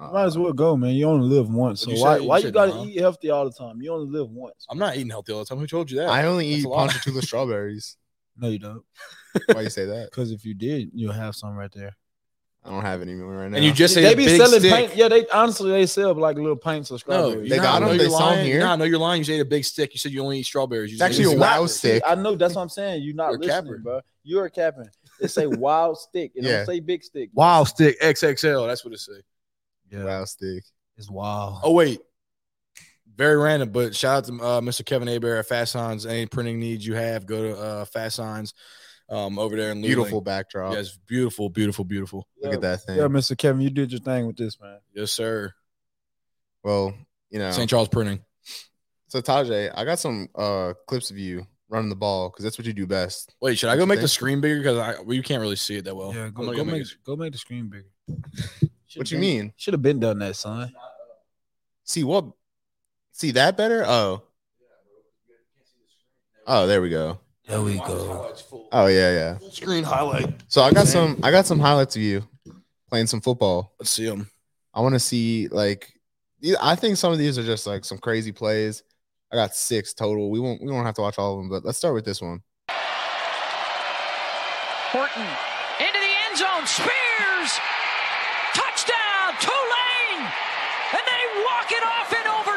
Uh,
Might as well go, man. You only live once, so
What'd you
why
say? You
why you
said
gotta
no.
eat healthy all the time? You only live once.
I'm not eating healthy all the time. Who told you that?
I only
That's
eat
a lot.
panchatula strawberries.
No, you don't.
Why you say that?
Because if you did, you'll have some right there.
I don't have any more right now.
and you just say
they
the
be
big
selling
stick.
paint. Yeah, they honestly they sell like little paints or
No,
strawberries.
They
nah,
got
I know
'em,
you're
they sell 'em
lying.
here.
Nah, I know you're lying. You say a big stick. You said you only eat strawberries. You
It's
just
actually
ate
a
the
wow
strawberries.
stick.
I know that's what I'm saying. You're not
You're a
listening,
capper.
bro. You're a capping. It say wild stick. It
Yeah.
don't say big stick.
Wow stick XXL. That's what it say.
Yeah,
wow stick.
it's wild.
Oh wait, very random, but shout out to uh, Mr. Kevin Aber at Fast Signs. Any printing needs you have, go to uh, Fast Signs um, over there in Luling.
Beautiful backdrop.
Yes, beautiful, beautiful, beautiful.
Look at that thing.
Yeah, Mr. Kevin, you did your thing with this, man.
Yes, sir.
Well, you know.
St. Charles Printing.
So Tajay, I got some uh clips of you running the ball because that's what you do best.
Wait, should I
What
go
you
make the
think?
screen bigger? Because I well, you can't really see it that well. I'm gonna go make it-
go make the screen bigger.
What you mean?
Should have been done that, son.
See what? See that better? Oh. Oh, there we go.
There we go.
Oh yeah, yeah.
Full screen highlight.
So I got some I got some highlights of you playing some football.
Let's see them.
I want to see like the- I think some of these are just like some crazy plays. I got six total. We won't we won't have to watch all of them, but let's start with this one.
Horton into the end zone. Spears. Touchdown. Tulane. And they walk it off in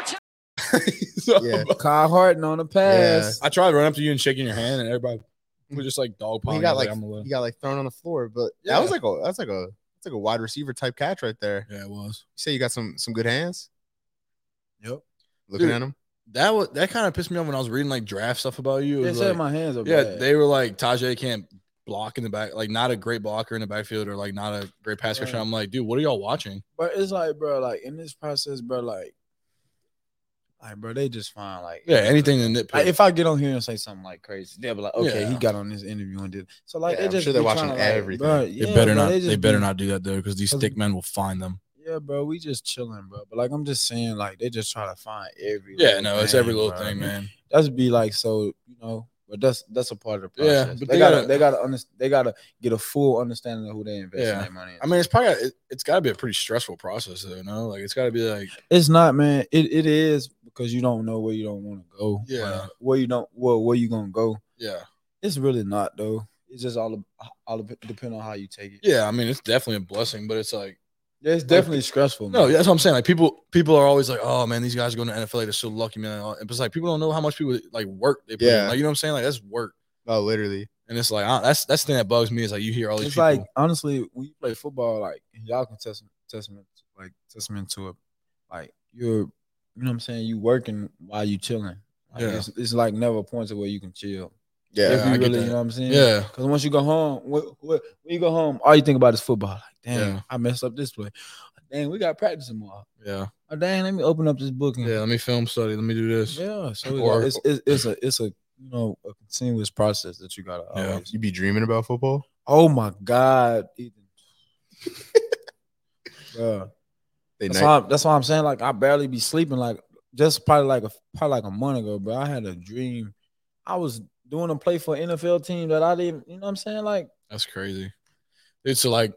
overtime.
Yeah.
Kyle Harton on the pass.
I tried running up to you and shaking your hand, and everybody was just like dog
Hmm. He
pile.
got like
I'm gonna
he got like thrown on the floor, but
Yeah.
that was like a that's like a that's like a wide receiver type catch right there.
yeah, it was.
You say you got some some good hands.
Yep.
Looking
Dude,
at him.
That was that kind of pissed me off when I was reading like draft stuff about you. It
They
was
said
like-
my hands are
yeah,
bad.
they were like Tajay can't block in the back, like not a great blocker in the backfield, or like not a great pass catcher.
Right.
I'm like, dude, what are y'all watching?
But it's like, bro, like in this process, bro, like, like, bro, they just find like,
Yeah, anything to nitpick.
Like, if I get on here and say something like crazy, they'll be like, okay,
Yeah.
he got on this interview and did. So like,
Yeah,
they
I'm
just
sure they're
be
watching
tryna, like,
everything.
bruh,
they
yeah,
better
bruh,
not. They,
just
better
be-
not do that though, because these thick men will find them.
Yeah, bro, we just chilling, bro. But like, I'm just saying, like, they just try to find every.
Yeah,
little
no, it's every little
bruh.
thing, man.
That's be like so, you know. But that's that's a part of the
Yeah,
process.
but
they,
they
gotta,
gotta-
they gotta under, they gotta get a full understanding of who they invest
Yeah.
their money. In.
I mean, it's probably it, it's got to be a pretty stressful process, though. No, like it's got to be like
It's not, man. It it is because you don't know where you don't want to go.
Yeah.
Like, where you don't well where you gonna go.
yeah,
It's really not though. It's just all all depend on how you take it.
yeah. I mean, it's definitely a blessing, but it's like
Yeah, it's definitely stressful.
no,
man.
that's what I'm saying. Like people, people are always like, oh man, these guys going to NFL, like, they're so lucky, man. It's like people don't know how much people like work they put in.
Yeah.
Like you know what I'm saying? Like that's work,
Oh, literally.
and it's like I, that's that's the thing that bugs me is like you hear all these
It's
people.
like honestly, when you play football, like y'all can test testament like testament to it. Like you're, you know, what I'm saying you working while you chilling. Like,
Yeah.
it's, it's like never a point to where you can chill.
Yeah.
if you
I get
really,
that.
you know what I'm saying?
yeah,
Because once you go home, when, when you go home, all you think about is football. Like, damn,
Yeah.
I messed up this play. Dang, we got practice tomorrow.
yeah,
Oh, dang, let me open up this book.
Hmm.
And,
yeah. Let me film study. Let me do this.
yeah. So
Or-
it's, uh, it's it's a it's a you know a continuous process that you gotta.
Yeah.
Always.
You be dreaming about football?
Oh my God, Ethan. Bruh,
They
that's
night-
why, that's why I'm saying like I barely be sleeping. Like just probably like a probably like a month ago, but I had a dream. I was doing a play for an NFL team that I didn't. You know what I'm saying? Like
That's crazy. It's like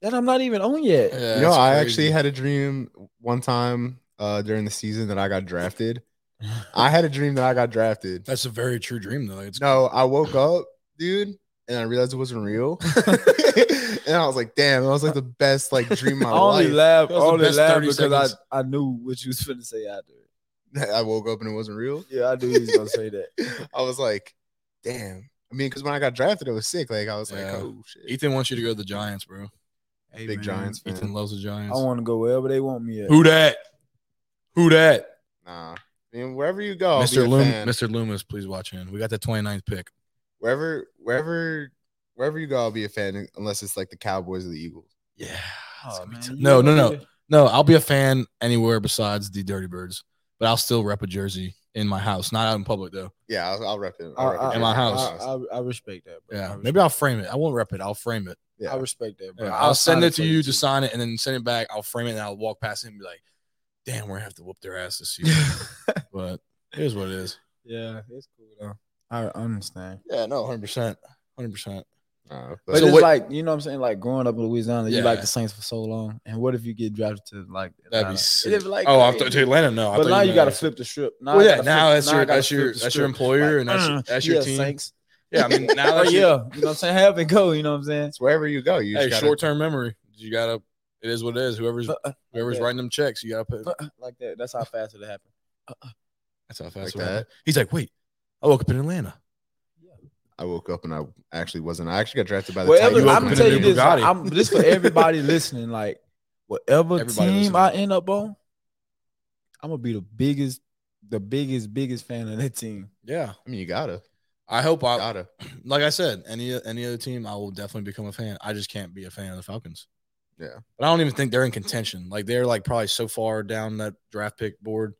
that I'm not even on yet.
yeah,
you know,
it's
I
crazy.
actually had a dream one time uh, during the season that I got drafted. I had a dream that I got drafted.
that's a very true dream though. Like, it's
No, I woke up, dude, and I realized it wasn't real. and I was like, damn, that was like the best like dream of
I
my
only
life.
laugh,
That was the
only
best
laugh
30
because
seconds.
I I knew what you was finna say after.
I woke up and it wasn't real.
Yeah, I knew he was gonna say that.
I was like, damn. I mean, because when I got drafted, I was sick. Like I was like,
Yeah.
oh shit.
Ethan wants you to go to the Giants, bro.
Hey,
Big
man,
Giants fan.
Ethan loves the
I
Giants.
want to go wherever they want me at.
Who that? Who that?
Nah. I mean, wherever you go, I'll be a
Mr. Loom-
fan.
Mr. Loomis, please watch in. We got the 29th pick.
wherever, wherever, wherever you go, I'll be a fan unless it's like the Cowboys or the Eagles.
Yeah.
Oh, man, you
no, no,
gonna
no.
be the-
No, I'll be a fan anywhere besides the Dirty Birds, but I'll still rep a jersey in my house, not out in public though.
Yeah, I'll, I'll rep it.
I,
I'll rep it.
I,
In my house.
Uh,
I, I, I respect that. Bro. I
Yeah.
respect
Maybe I'll frame it. I won't rep it. I'll frame it.
Yeah.
I respect that, bro.
Oh, Yeah, I'll, send
sign
it to
for
you
too.
to sign it and then send it back. I'll frame it and I'll walk past it and be like, damn, we're gonna have to whoop their ass this year. but it is what it is.
yeah, it's cool though. I understand.
Yeah, no, 100 percent 100 percent
Nah,
uh, But
but-
So
it's
what-
like you know what I'm saying. Like growing up in Louisiana, you like
Yeah.
the Saints for so long, and what if you get drafted to like
That'd
Atlanta?
be
It'd
sick.
be like
oh, I
crazy.
thought to Atlanta, no. I
But
thought
now you
meant-
got to flip the strip. Now
well,
I
yeah,
gotta
now
flip-
that's
now I
your
gotta
that's your
flip the
that's your
strip.
employer
Like,
and that's
uh,
that's your
yeah,
team.
Saints.
Yeah, I mean now
Oh,
that's your,
yeah, you know what I'm saying. Have it go. You know what I'm saying.
it's wherever you go. You
hey,
just gotta-
short term memory. You gotta it is what it is. Whoever's
Uh, uh,
whoever's
yeah.
writing them checks, you gotta put
uh, like that. That's how fast it happened.
that's how
Like
fast
that.
that. He's like, wait, I woke up in Atlanta.
I woke up and I actually wasn't. I actually got drafted by the
Whatever.
you
Titans.
I'm
open
gonna
a
tell you
new
this. like,
Bugatti.
I'm this for everybody listening. Like whatever
Everybody
team
listening.
I end up on, I'm gonna be the biggest, the biggest, biggest fan of that team.
Yeah.
I mean, you gotta,
I hope I
gotta.
like I said, any any other team, I will definitely become a fan. I just can't be a fan of the Falcons.
Yeah.
But I don't even think they're in contention. Like they're like probably so far down that draft pick board.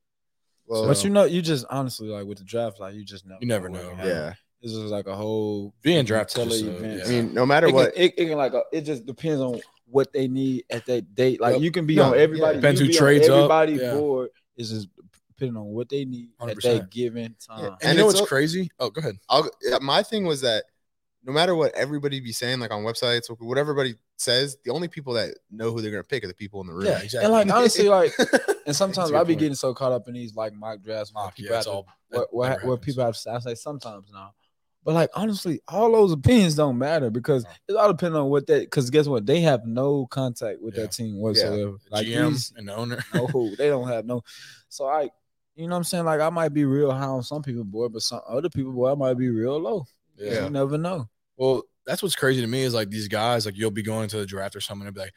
Well,
but you know, you just honestly like with the draft, like you just never,
You never
what
know, right?
can happen.
yeah.
This is like a whole
Being drafted
Tele
is just a-
event.
I
yeah.
mean, no matter
it
what,
Can, it, it can like a, it just depends on what they need at that date. Like
Yep.
you can be
No,
on everybody.
yeah.
Depends
you
who
be
trades
on
up.
everybody
Yeah.
board. It's just depending on what they need at
100%.
that given time.
And,
And
you know
it's
what's
al-
crazy? Oh, go ahead.
I'll, yeah, my thing was that no matter what everybody be saying, like on websites, what everybody says, the only people that know who they're gonna pick are the people in the room.
Yeah, exactly.
And like honestly, like and
That's
sometimes
a good
I be
point.
getting so caught up in these like mock drafts,
Mock,
mock
yeah, it's all that
what what,
never
what
happens.
people have. I say sometimes now, but like honestly, all those opinions don't matter because
No.
it all depends on what that. Because guess what, they have no contact with
Yeah.
that team whatsoever. Like
GM
these-
and the owner.
no, they don't have no. So I, you know, what I'm saying like I might be real high on some people board, but some other people boy, I might be real low.
Yeah.
You never know.
Well, that's what's crazy to me is like these guys, like you'll be going to the draft or something and be like,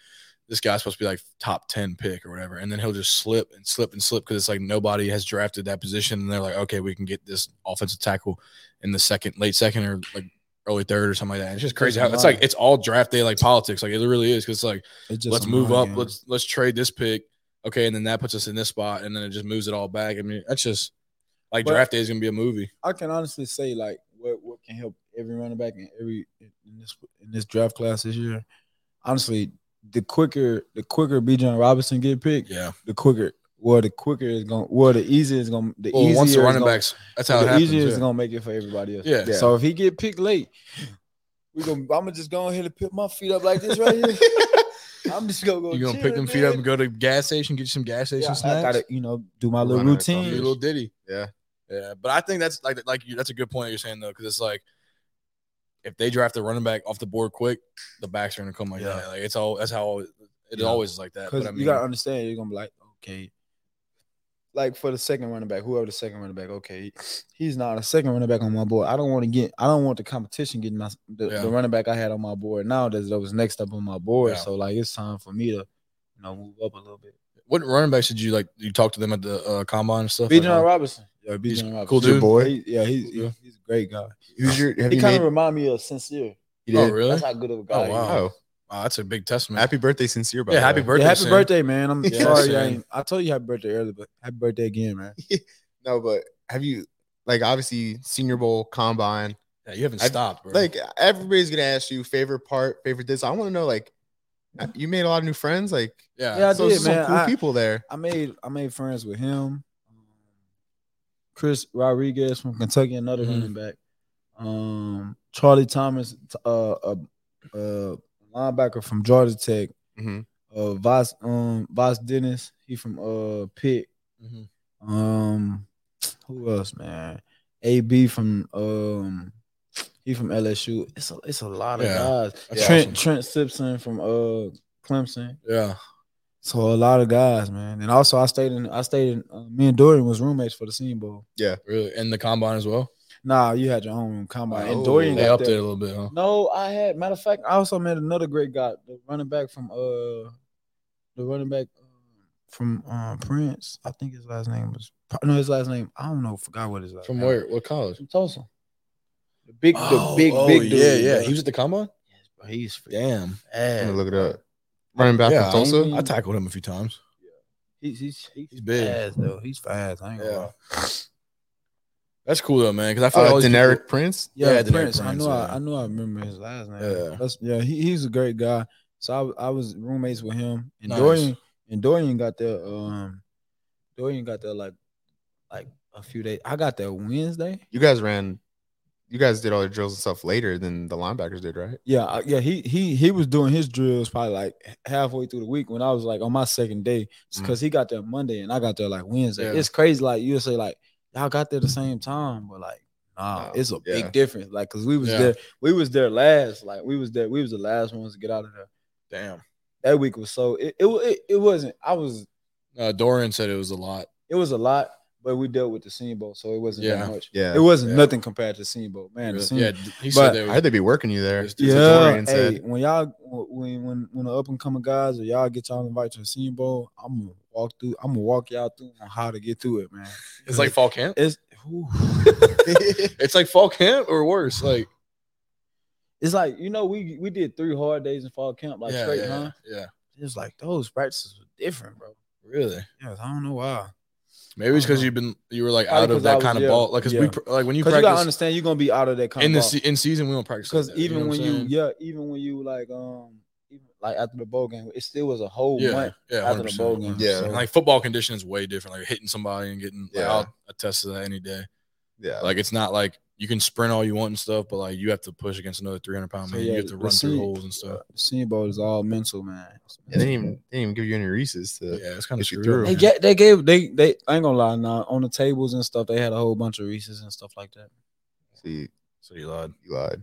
this guy's supposed to be like top 10 pick or whatever. And then he'll just slip and slip and slip because it's like nobody has drafted that position. And they're like, okay, we can get this offensive tackle in the second, late second or like early third or something like that. And it's just crazy how it's like, it's all draft day like politics. Like it really is because it's like,
It just
let's
a
move
mind
up.
game.
Let's let's trade this pick. Okay, and then that puts us in this spot, and then it just moves it all back. I mean, that's just like
But-
draft day is gonna be a movie.
I can honestly say like what what can help every running back in every in this in this draft class this year. Honestly, the quicker the quicker B. John Robinson get picked,
Yeah.
the quicker well the quicker it's going well the easier it's going the
Well,
easier
once the
it's
running
gonna-
backs, that's how it
the
happens.
easier
Yeah.
it's gonna make it for everybody else.
Yeah.
So if he get picked late, we gonna I'm gonna just go ahead and put my feet up like this right here. I'm just gonna go.
you gonna
chill,
pick them feet up
man.
and go to gas station, get you some gas station
Yeah, I
snacks.
gotta you know do my little
Run out of
Do your
routine.
coffee.
little ditty.
Yeah.
Yeah, but I think that's like like you, that's a good point you're saying though, because it's like if they draft the running back off the board quick, the backs are gonna come like
Yeah.
that. Like it's all that's how it, it
Yeah.
always is like that.
Because
But I mean,
you gotta understand, you're gonna be like, okay, like for the second running back, whoever the second running back, okay, he's not a second running back on my board. I don't want to get, I don't want the competition getting my the,
Yeah.
the running back I had on my board. Now that that was next up on my board,
Yeah.
so like it's time for me to, you know, move up a little bit.
what running backs did you like? You talk to them at the uh, combine and stuff.
B.
Like,
John
oh,
Robinson, yeah, B.
He's
John
a
Robinson,
cool
He's a
dude.
boy. He- yeah, he's
Cool dude.
he's- he's a great guy.
Who's your? Have
He
you
kind
made?
of remind me of sincere.
you
oh
did?
really?
That's how good of a guy.
Oh, wow.
He is.
Oh,
Wow, that's a big testament.
happy birthday, sincere. By
yeah,
the
happy
way.
birthday.
yeah, happy
Sam.
birthday, man. I'm
Yeah,
sorry, I,
Sam.
ain't- I told you happy birthday earlier, but happy birthday again, man.
No, but have you like obviously Senior Bowl combine?
Yeah, you haven't
I've-
stopped, bro.
Like everybody's gonna ask you favorite part, favorite this. I want to know like uh, you made a lot of new friends. Like
yeah.
Yeah, I
so
did,
some
man.
cool
I-
people there.
I made I made friends with him, um, Chris Rodriguez from Kentucky, another
Mhm.
running back, um, Charlie Thomas, t- uh, a, a linebacker from Georgia Tech,
Mhm.
uh, Vos um Vos Dennis, he from uh Pitt,
Mhm.
um, who else, man? AB from um, he from LSU. It's a it's a lot of
Yeah.
guys.
That's
Trent
awesome.
Trent Simpson from uh Clemson.
Yeah.
So a lot of guys, man, and also I stayed in. I stayed in. Uh, me and Dorian was roommates for the Senior Bowl.
Really. And the combine as well.
Nah, you had your own room combine,
Oh,
and Dorian
They
got
upped it
there.
a little bit, huh?
No, I had. Matter of fact, I also met another great guy, the running back from uh, the running back um, from um Prince. I think his last name was no, his last name. I don't know. Forgot what his last
From
name.
where? What college?
From Tulsa. The big,
Oh,
the big,
oh,
big dude.
Yeah, yeah.
bro.
He was at the combine?
Yes, bro, he's freaking
Damn.
I'm
ass.
gonna look it up. Running back
Yeah,
from Tulsa.
I tackled him a few times.
He's he's he's,
He's big.
fast though. He's fast. I ain't gonna
Yeah.
lie.
That's cool though, man. Because I feel like
Uh,
all these
Deneric Prince.
Yeah,
Yeah, the name
Prince. I
Prince,
know.
yeah.
I, I know. I remember his last name.
Yeah.
Yeah, That's, yeah. He, he's a great guy. So I, w- I was roommates with him and
Nice.
Dorian. And Dorian got there. Um, Dorian got there like, like a few days. I got there Wednesday.
You guys ran. You guys did all your drills and stuff later than the linebackers did, right?
Yeah, I- yeah. He he he was doing his drills probably like halfway through the week when I was like on my second day
Mm.
because he got there Monday and I got there like Wednesday.
Yeah.
It's crazy. Like you'll say like y'all got there the same time, but like nah,
Nah,
it's a
yeah.
big difference. Like because we was
Yeah.
there, we was there last. Like we was there, we was the last ones to get out of there.
Damn.
That week was so it it, wa- it, it wasn't. I was
Uh, Dorian said it was a lot.
it was a lot, but we dealt with the Senior Bowl, so it wasn't
Yeah.
that much.
Yeah.
It wasn't
Yeah.
nothing compared to the Senior Bowl, man. The
Really.
Senior
Yeah, d- he
But
said they
I
were.
heard they be working you there.
It's just a
Yeah,
Dorian
hey,
said.
when y'all when when when the up and coming guys or y'all get y'all invited to the Senior Bowl, I'm gonna walk through. I'm gonna walk y'all through on how to get through it, man.
It's like fall camp.
It's whew.
It's like fall camp or worse. Like
it's like you know we we did three hard days in fall camp like
yeah,
straight,
yeah,
huh?
yeah.
It's like those practices were different, bro.
Really?
Yes, I don't know why.
Maybe it's because
Uh-huh.
you've been you were like
Probably
out of
'cause I
that
was
kind of
young.
ball. Like because we
Yeah.
pr- like when you
Because you gotta
practice
understand, you're gonna be out of that kind
in
of
the
ball.
se- in season we don't practice like
Because
that,
even
know what
when
I'm
you
saying?
yeah, even when you like um even like after the bowl game. It still was a whole
yeah,
month
yeah,
after the
100%.
bowl game.
Yeah.
so-
And, like football condition is way different. Like hitting somebody and getting, yeah.
Yeah.
I'll attest to that any day.
Yeah.
Like it's not like you can sprint all you want and stuff, but like you have to push against another 300 pound
So,
man.
yeah,
you have to
the
run through
scene-
holes and stuff.
The Senior Bowl is all mental, man.
Yeah, they didn't even they didn't even give you any Reese's to.
Yeah, it's kind of
If you
screwed
threw
up,
They
man.
get, they gave they they I ain't gonna lie now on the tables and stuff they had a whole bunch of Reese's and stuff like that.
See,
So you lied.
you lied.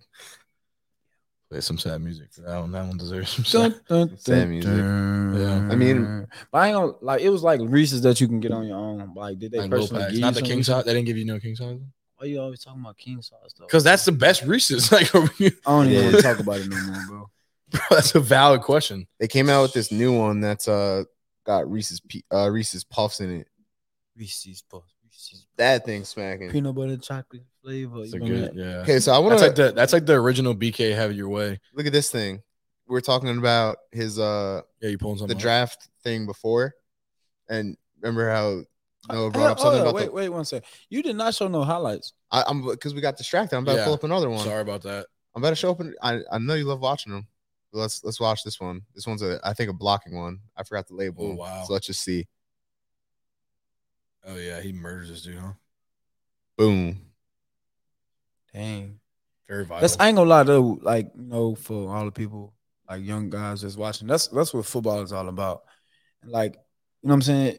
Play some sad music for that one. That one deserves some sad.
Dun, dun,
Sad
dun,
music.
dun.
Yeah.
I mean-
but I ain't gonna like it was like Reese's that you can get on your own. Like did they
Like, little
personally
packs.
give
Not
you
the
some
king
Reese's?
size. They didn't give you no king size.
Why you always talking about king size though?
Because that's the best Reese's. Like, are we-
I don't even
Yeah.
want to talk about it no more, bro.
bro, that's a valid question.
They came out with this new one that's uh got Reese's P- uh Reese's puffs in it.
Reese's puffs, Reese's
That thing smacking.
peanut butter chocolate flavor.
It's
you
a
remember
good, yeah.
Okay, so I want
That's
to
like the that's like the original BK have your way.
look at this thing. We were talking about his uh
Yeah, you pulling something.
the
up.
draft thing before, and remember how
that?
Noah
Hey,
brought up
hold
something
on,
about
wait,
the
wait one sec. You did not show no highlights.
I, I'm because we got distracted. I'm about
Yeah.
to pull up another one.
Sorry about that.
I'm about to show up. An, I I know you love watching them. But let's let's watch this one. This one's a I think a blocking one. I forgot the label.
Oh,
them.
wow.
So let's just see.
Oh yeah, he murders this dude, huh?
Boom.
Dang.
Very violent.
That's I ain't gonna lie though. Like you know, for all the people like young guys that's watching, that's that's what football is all about. And like you know, what I'm saying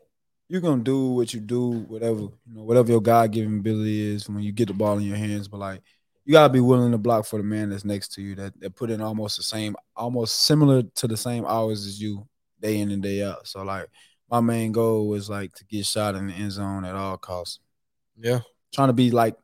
you're gonna do what you do, whatever you know, whatever your God given ability is when you get the ball in your hands. But like you gotta be willing to block for the man that's next to you that that put in almost the same, almost similar to the same hours as you, day in and day out. So like my main goal was like to get shot in the end zone at all costs
yeah.
trying to be like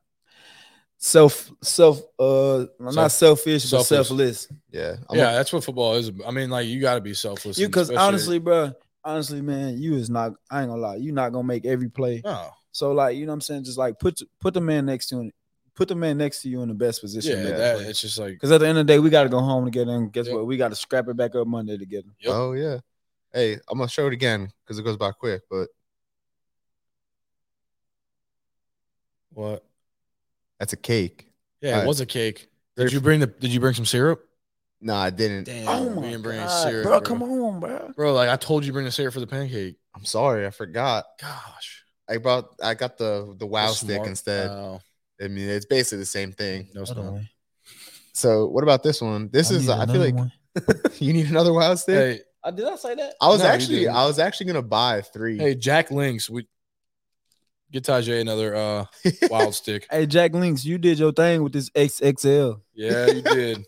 self self uh not
Self-
selfish, but
selfless.
selfless.
Yeah. I'm
Yeah, that's what football is. I mean, like you gotta be selfless.
You
and
because
especially-
honestly, bro, honestly, man, you is not. I ain't gonna lie, you not gonna make every play.
no.
So like, you know what I'm saying? Just like put put the man next to him, put the man next to you in the best position.
Yeah, that, it's just like
because at the end of the day, we got to go home together, and guess
Yep.
what? We got to scrap it back up Monday together.
Yep.
Oh yeah. Hey, I'm gonna show it again because it goes by quick. But
what?
that's a cake.
Yeah, it
Alright.
was a cake. Did you bring the? Did you bring some syrup?
No, I didn't.
Damn,
oh
we
my
didn't bring any
god,
syrup,
bro, come on, bro.
bro. Like I told you, bring the syrup for the pancake.
I'm sorry, I forgot.
Gosh,
I brought I got the the wow
You're
stick
smart.
instead.
Wow.
I mean, it's basically the same thing.
no, it's
Hold
not.
on.
So what about this one? This
I
is
need
I feel
another
like
one.
you need another wow stick.
Hey,
Uh, did I say that?
I was
No, you
actually
didn't.
I was actually gonna buy three.
hey, Jack Links. We get Tajay another uh wild stick.
Hey, Jack Links, you did your thing with this XXL.
Yeah, you did.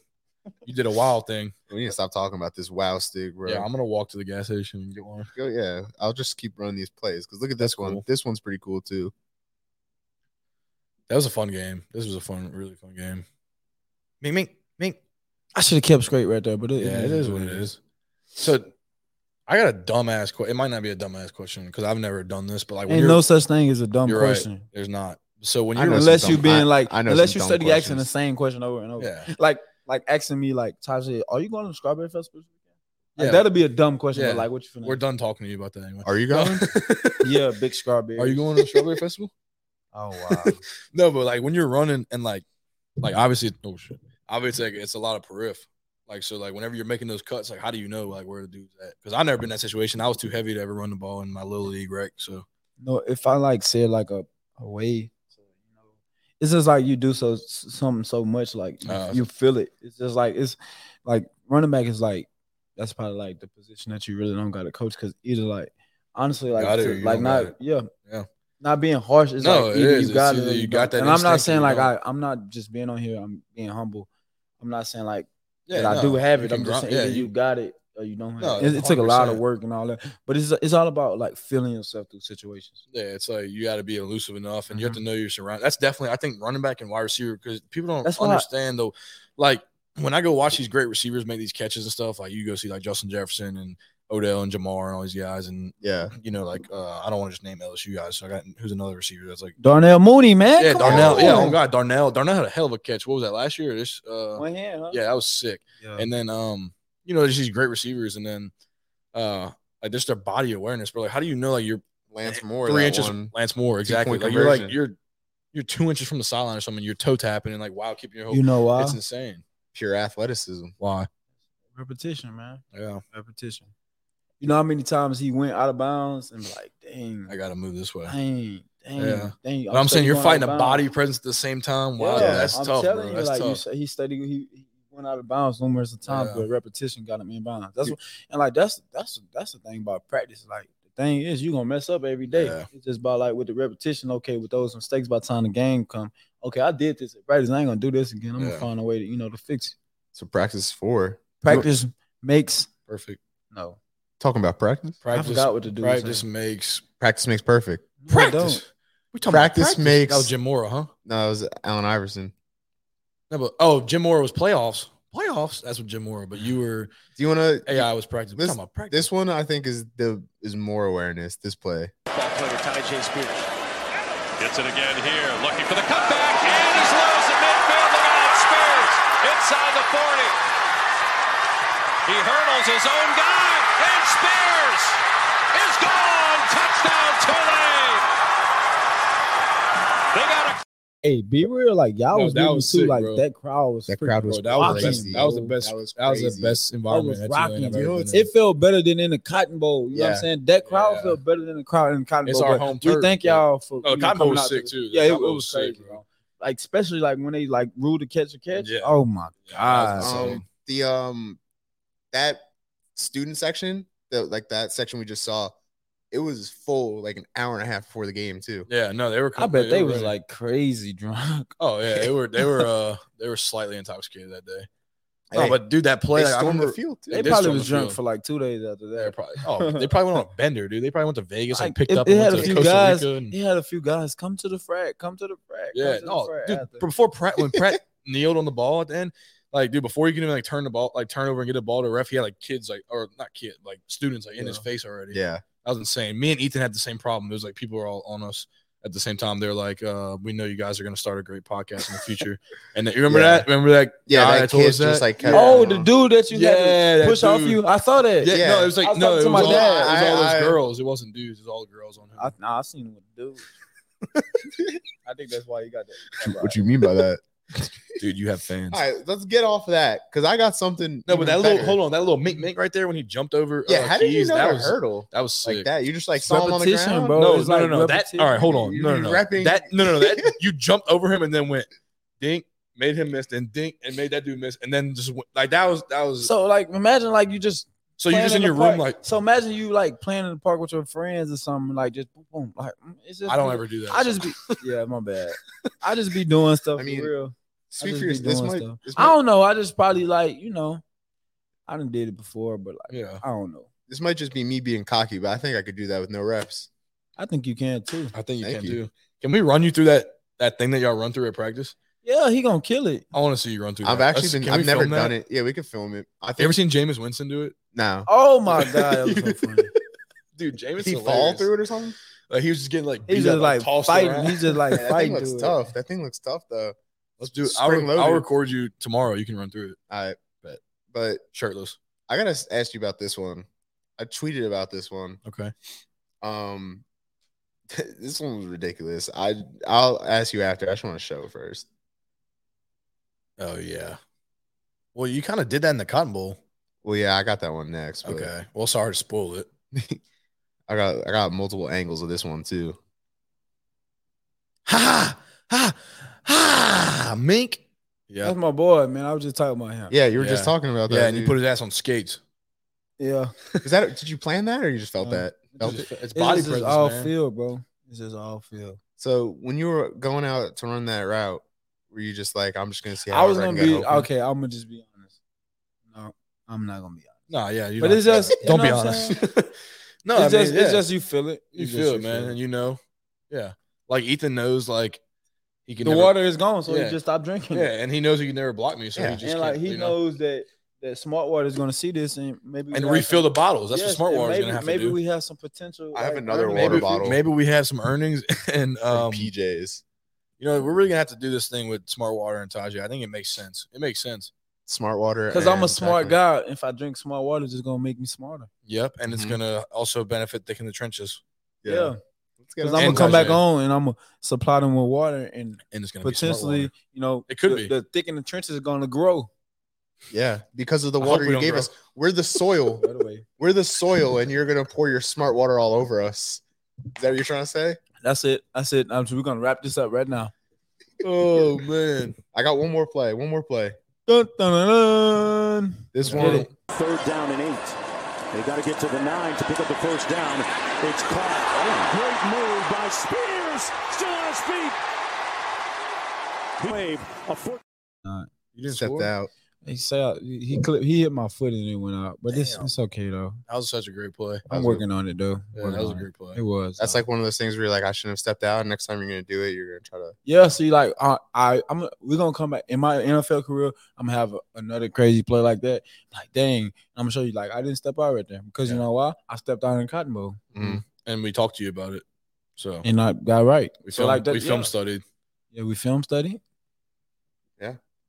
You did a wild thing.
We need to stop talking about this wow stick, bro.
Yeah, I'm gonna walk to the gas station and get one.
Go- yeah, I'll just keep running these plays because look at
That's
this one.
cool.
This one's pretty cool too.
That was a fun game. This was a fun, really fun game. Mink, mink, mink.
I should have kept straight right there, but it,
Yeah, it is what it is. So, I got a dumbass question. It might not be a dumbass question because I've never done this, but like, when
Ain't
you're-
no such thing as a dumb
you're right.
question.
there's not. So when
I
you're
know
Unless
some
you
dumb-
being
I-
like,
I know
unless
some
you
dumb
study asking the
questions.
same question over and over.
yeah,
Like, like asking me, like, Tajay, are you going to Strawberry Festival? Like,
Yeah.
that'll be a dumb question.
Yeah.
But like, what you finna?
we're done talking to you about that anyway.
Are you going?
Yeah, big strawberry.
Are you going to the strawberry festival?
Oh wow.
No, but like when you're running and like, like obviously, oh shit, obviously like, it's a lot of periph. Like so, like whenever you're making those cuts, like how do you know like where the dude's at? Because I never been in that situation. I was too heavy to ever run the ball in my little league, right? So
no, if I like said like a, a way, to, you know, it's just like you do so something so much, like you-
Uh,
you feel it. It's just like it's like running back is like that's probably like the position that you really don't got to coach because either like honestly like
Got it
to-
or you
like
don't
not
got it.
yeah
Yeah.
not being harsh is
No,
like
it
either
is.
you
It's
got it
either
or
you
you
got
got
that
that and I'm
instinct
not
or
saying
you
like I
don't.
I'm not just being on here I'm being humble I'm not saying like
yeah,
that I do
no,
have
you
it.
can
I'm just
grind-
saying either you, got it or you don't have
No,
it. it. It took a lot of
100%.
work and all that. But it's it's all about like feeling yourself through situations.
Yeah, it's like you got to be elusive enough, and you have
Mm-hmm.
to know your surroundings. That's definitely, I think, running back and wide receiver because people don't
That's why I-
understand though. Like when I go watch these great receivers make these catches and stuff, like you go see like Justin Jefferson and Odell and Jamar and all these guys, and
yeah.
you know, like uh, I don't want to just name LSU guys. So I got who's another receiver that's like,
Darnell Mooney, man.
yeah,
come
Darnell.
on.
Yeah, oh god, Darnell. Darnell had a hell of a catch. What was that last year? or This, uh,
One hand, huh?
yeah, that was sick.
Yeah.
And then um, you know, there's these great receivers, and then uh, like just their body awareness. But like, how do you know like you're
Lance Moore.
three
that
inches.
one.
Lance Moore, exactly.
Two-point
Like you're like
conversion.
you're you're two inches from the sideline or something. You're toe tapping and like wow, keeping your whole.
you know why?
It's insane.
Pure athletisticism.
Why?
Repetition, man.
Yeah,
Repetition. You know how many times he went out of bounds and like, dang,
I gotta move this way.
dang, dang,
Yeah.
dang.
But I'm, saying
steady
you're
going
fighting a
out of
body
bounds.
presence at the same time. Wow,
Yeah,
that's
I'm
tough, bro.
telling you,
That's
like you
tough.
said, he steady, he, he went out of bounds numerous of times,
Yeah.
but repetition got him in bounds. That's what, and like that's that's that's the thing about practice. Like the thing is, you are gonna mess up every day.
Yeah.
It's just about like with the repetition. Okay, with those mistakes, by the time the game come, okay, I did this at practice. I ain't gonna do this again. I'm
Yeah.
gonna find a way to you know to fix it.
So practice for
Practice makes
Perfect.
no.
talking about practice.
I
Practice.
forgot what to do.
Practice makes
Practice makes perfect.
practice. We talking
Practice
about
makes-
That was Jim Mora, huh?
No, it was Allen Iverson.
No, but oh, Jim Mora was playoffs. Playoffs. That's what Jim Mora. But you were
Do you want to?
AI was practice. We're
This-
talking about practice.
This one I think is the is more awareness. This play.
Ball player Ty J. Spears.
Gets it again here, looking for the cutback, and he's lost at midfield. Look at it, Spears inside the 40. He hurdles his own guy, and Spears is gone. Touchdown, Tulane. They got a
Hey, be real. Like y'all
No,
was
that
moving
was
too.
sick,
like
bro.
that crowd was.
That
freaking-
crowd was
Bro, that was the
rocking,
best. That was the
bro.
best.
That
That
was
was,
crazy.
the best environment.
That was
that Tulane
rocking,
I've
dude.
ever been in.
It felt better than in the Cotton Bowl. You know what I'm
Yeah.
saying? That crowd
Yeah.
felt better than the crowd in the Cotton
It's
Bowl.
our
but
home
we
turf,
thank
bro.
y'all for.
Oh,
you
the
know,
Cotton Bowl
coming
was
out
sick
to-
too. The
Yeah, it,
Cotton
it
Bowl
was
was sick,
crazy,
bro.
bro. Like especially like when they like ruled the catch a catch.
Yeah.
Oh my
that
god.
was
Um,
insane.
the um, that student section, the, like that section we just saw, it was full like an hour and a half before the game too.
Yeah, no, they were.
I bet they
were
was
ready.
like crazy drunk.
oh yeah, they were. They were. uh They were slightly intoxicated that day. No,
Hey,
but dude, that play.
they
Like, I
stormed
remember.
the field too.
They
did
probably
storm
was
the
drunk
field.
for like two days after
They
that.
probably, oh, they probably went on a bender, dude. They probably went to Vegas and
Like,
picked
it-
up.
it
and went
had a
to
few
Costa
guys-
Rica and-
He had a few guys come to the frat, come to the frat. come
Yeah,
to the
no,
frat
dude.
after.
Before Pratt, when Pratt kneeled on the ball at the end, like, dude, before you can even like turn the ball, like turn over and get the ball to ref, he had like kids, like or not kid, like students, like in his
Yeah.
face already.
yeah,
that was insane. Me and Ethan had the same problem. It was like people were all on us at the same time. They're like, uh, "We know you guys are going to start a great podcast in the future." And then- you remember
Yeah.
that? Remember that?
yeah.
guy
that
told
kid
us that?
just like kept
oh,
going
the
on.
dude that you
Yeah,
had to
that
push off
dude.
you. I saw that.
yeah,
Yeah.
no, it was
I
like
was
no, it
talking
was,
to
all,
my
it was
dad.
all those
I- I-
girls. It wasn't dudes. It was all girls on him.
I, nah, I seen him with the dude. I think that's why you got that.
What you mean by that?
Dude, you have fans.
All right, let's get off of that because I got something.
No, but
even
that
better.
little hold on, that little mink mink right there when he jumped over.
Yeah,
uh,
how did you
Keys,
know
that
that
was
hurdle
that was sick.
like that? You just like saw him on the
Repetition,
ground,
bro.
No,
Oh, It's
no,
like
no, no. That
repetition.
all right. Hold on.
You
No,
be
no, no.
repping-
That no, no, no. That you jumped over him and then went dink, made him miss, then dink, and made that dude miss, and then just went, like that was that was. So,
So like, imagine like you just
you're
playing
just in
the
your
park.
room like
So imagine you like playing in the park with your friends or something. Like just boom, boom. Like mm, it's just.
I don't ever do that.
I just be yeah, my bad. I just be doing stuff
I
I
mean,
mean, for real. I
Speak
just
for
be
yourself. This
doing
might,
stuff.
this
I
might,
don't know. I just probably like you know, I done did it before, but like
yeah.
I don't know.
this might just be me being cocky, but I think I could do that with no reps.
I think you can too.
I think you
Thank
can
you.
do. Can we run you through that that thing that y'all run through at practice?
Yeah, he gonna kill it.
I want to see you run through.
I've
that.
actually
Let's-
been.
can
I've
we
never
film
done
that?
it. Yeah, we could film it. I think.
You ever seen Jameis Winston do it?
no.
Oh my god, that was so funny.
Dude, Jameis
Did he fall through it or something?
Like he was just getting like
He's
beat
just
up,
like
tossed
fighting.
around.
He's just like
that thing
fighting.
looks
to it.
tough. That thing looks tough though.
Let's do it. I'll,
Spring
I'll
loaded.
record you tomorrow. You can run through it
I
Bet.
But
shirtless.
I gotta s- ask you about this one. I tweeted about this one.
Okay.
Um, this one was ridiculous. I I'll ask you after. I just want to show it first.
Oh yeah. Well, you kind of did that in the Cotton Bowl.
Well, Oh, yeah, I got that one next. But
Okay. Well, sorry to spoil it.
I got I got multiple angles of this one too.
Ha ha ha! Mink. Yeah.
That's Oh, my boy, man. I was just talking about him.
Yeah, you were just
Uh, Yeah.
talking about that.
Yeah, and you
dude.
put his ass on skates.
yeah.
Is that did you plan that or you just felt
No.
that? Felt it?
It's, Uh, just- it's
It's
body
just
presence,
all
man.
field, bro. It's just all field.
So when you were going out to run that route, were you just like, I'm just gonna see?
I was
hard can
gonna
get
be
open?
okay. I'm gonna just be honest. No, I'm not gonna be honest.
Nah, yeah. You
But
don't
it's
have to-
just- you
don't
know
be
what I'm
honest. no,
No,
I
it's
mean,
just
yeah.
it's just you feel it.
you
It's
feel it,
just
man,
feel
and you know, yeah. Like Ethan knows, like he can
The
never-
water is gone, so
Yeah.
he just stopped drinking.
Yeah, and he knows he can never block me, so
Yeah.
he just
and like
can't,
he
you know,
knows that that smart water is gonna see this and maybe we
and
have
refill the
some-
bottles. That's
Yes,
what smart
and
water is
maybe-
gonna have
Maybe
to do.
we have some potential.
I have
like,
another
earnings.
water
maybe,
bottle.
maybe we have some earnings, and
Or
um, you
PJs,
know, we're really gonna have to do this thing with smart water and Tajay. I think it makes sense. It makes sense.
smart water.
Because I'm a
and
smart
Tecmo.
guy. If I drink smart water, it's just gonna make me smarter.
Yep, and it's
Mm-hmm.
Mhm.
gonna also benefit Dick in the trenches,
Yeah.
Let's get on
Because I'm
that.
gonna
And
come back
Tajay.
on and I'm gonna supply them with water and
and it's gonna be smart
potentially,
water.
you know,
It could
the,
be.
the thick in the trenches is gonna grow.
Yeah, because of the
I hope
water
we
you
don't
gave
grow-
us. We're the soil.
By the way,
We're the soil, and you're gonna pour your smart water all over us. Is that what you're trying to say?
that's it. That's it. Um, so we're gonna wrap this up right now.
Oh man.
I got one more play. One more play.
Dun, dun, dun, dun.
This
Get
one,
it.
Third down and eight. They got to get to the nine to pick up the first down. It's caught. Oh, great move by Spears. Still on his feet. Wave a foot.
You didn't
stepped
score?
out.
He said he clipped, he hit my foot and it went out, but it's,
Damn.
it's okay though.
That was such a great play.
That
I'm
was
working on it though.
Yeah,
Working
that was a
on it.
great play.
It was.
That's like one of those things where you're like, I shouldn't have stepped out. Next time you're gonna do it, you're gonna try to.
yeah. See, like I, I I'm we're gonna come back in my NFL career. I'm gonna have a- another crazy play like that. Like dang, I'm gonna show you. Like I didn't step out right there because you know why? I stepped out in cotton bowl
mm,
And we talked to you about it. So
and I got right.
we filmed,
so like that,
we film
yeah.
studied.
Yeah, we film study.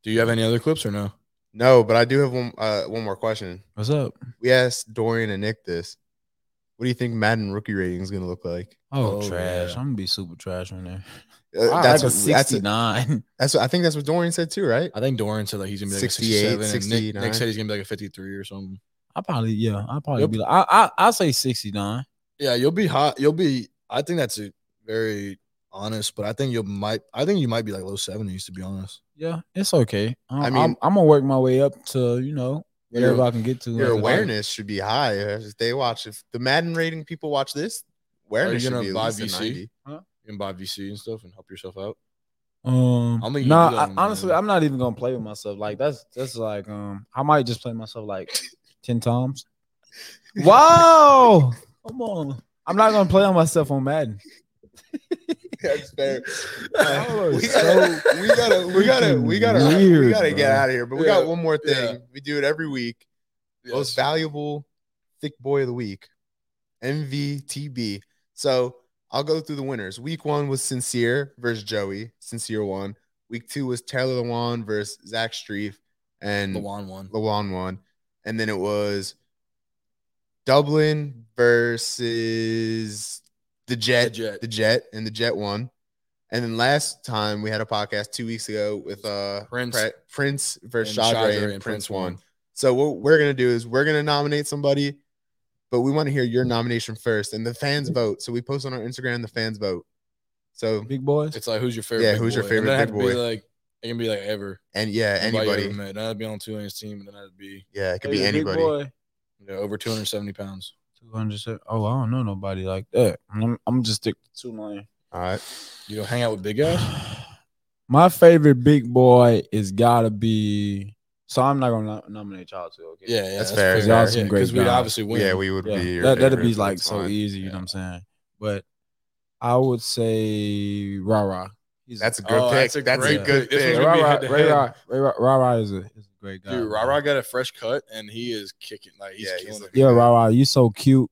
Do you have any other clips or no?
No, but I do have one. Uh, one more question.
What's up?
We asked Dorian and Nick this. What do you think Madden rookie rating is gonna look like?
Oh,
Oh,
trash!
yeah.
I'm gonna be super trash right there.
Uh, that's
I like a
what- that's what-
69.
that's what- I think that's what Dorian said too, right?
I think Dorian said like he's gonna be like a
68,
67. and Nick- Nick,
69.
said he's gonna be like a 53 or something.
I probably yeah. I probably
Yep.
be like I I I say 69.
Yeah, you'll be hot. You'll be. I think that's a very honest, but I think you might. I think you might be like low 70s to be honest.
Yeah, it's okay. i
I
I
mean-
mean, I'm, I'm gonna work my way up to you know whatever
Your-
I can get to.
Your
after that.
awareness should be high. If they watch, if the Madden rating people watch this, awareness should
gonna
be at
buy
least a
VC?
90.
You can buy VC and stuff and help yourself out.
Um,
I'm
I'm
gonna
nah,
use
I,
that one,
honestly,
man.
I'm not even gonna play with myself. Like that's that's like um, I might just play myself like ten times. Wow, come on! I'm not gonna play on myself on Madden.
That's fair.
Y'all are
we gotta, we gotta, we gotta, we gotta,
freaking
we
weird,
gotta get
bro.
out of here. But we
Yeah,
got one more thing.
yeah.
We do it every week. Most valuable thick boy of the week, MVTB. So I'll go through the winners. Week one was Sincere versus Joey. Sincere won. Week two was Taylor Lewan versus Zach Streif, and
the one one.
Lewan won. And then it was Dublin versus the Jet,
The Jet.
the Jet, and the Jet won. And then last time we had a podcast two weeks ago with uh
Prince.
Pre- Prince versus
And
Shadre, and,
Shadre and
Prince
Prince
won.
won.
So what we're gonna do is we're gonna nominate somebody, but we want to hear your nomination first, and the
Mm-hmm.
fans vote. So we post on our Instagram the fans vote. So
Big boys.
It's like who's your favorite?
Yeah,
big
who's your
boy? And
favorite
then it'd
big
have to
boy?
Be like it can be like ever
and yeah,
you
anybody.
ever met. Then I'd be on Tulane's team, and then I'd be
Yeah, it could
Hey,
be
big
anybody.
boy.
you know, over 270 pounds.
200. Oh, I don't know nobody like that. I'm, I'm just stick to two million.
All right.
You know, hang out with big guys.
My favorite big boy is gotta be. So I'm not gonna nom- nominate y'all too. Okay.
Yeah, yeah,
That's fair,
Because
fair.
Y'all some great
we'd
guys.
obviously win.
Yeah, we would
Yeah,
be. your
that, that'd
favorite,
be
so
like
it's
so
fine.
easy. You
Yeah.
know what I'm saying? But I would say Ra Ra. He's
That's a good
Oh,
pick.
that's
That's
a
a,
great
good
pick. This
pick.
one's
Ra
gonna be
Ra
head to head.
Ra Ra Ra Ra is a is a great guy.
Dude,
man.
Rara got a fresh cut, and he is kicking. Like he's
Yeah, he's
killing it.
looking
Yeah, Ra Ra, you so cute.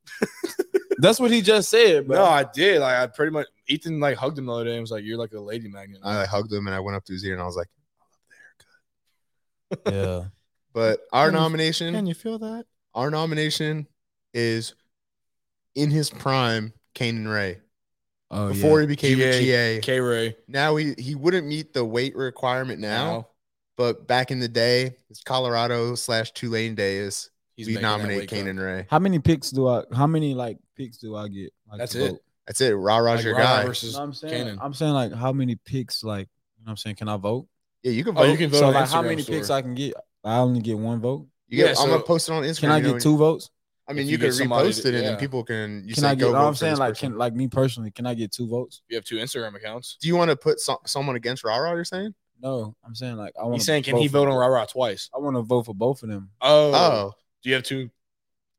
That's what he just said, bro.
No, I did. Like I pretty much Ethan like hugged him the other day and was like, "You're like a lady magnet."
I like, hugged him and I went up to his ear and I was like,
yeah.
but our
Can you-
nomination,
you feel that?
our nomination is in his prime, Kanan Ray.
Oh,
Before he became a
GA.
GA.
K Ray
Now he, he wouldn't meet the weight requirement now, but back in the day, it's Colorado slash Tulane days.
he's
we
making that
nominate
wake up.
Kanan Ray.
How many picks do I? How many like picks do I get? Like,
That's
to
it.
vote?
That's it. Ra Ra's
Like,
your
Ra Ra
guy.
versus
No, I'm saying.
Kanan.
I'm saying like how many picks? Like you know what I'm saying? Can I vote?
yeah, you can
Oh,
vote.
you can vote.
so
on
like how
Instagram
many
story.
picks I can get? I only get one vote.
You get-
Yeah,
I'm gonna
so-
post it on Instagram.
Can I
you know,
get
and-
two votes?
I mean,
If
you,
you
could
get somebody
repost
to-
it and
yeah.
then people can. You
can
say,
I get?
Go
you know
vote
what I'm
for
saying
this
like
person."
can like me personally? Can I get two votes?
You have two Instagram accounts.
Do you want to put so- someone against Ra Ra? You're saying?
No, I'm saying like I want.
He's saying, "Can he vote on Rara twice?"
I want to vote for both of them.
Oh,
Oh,
do you have two?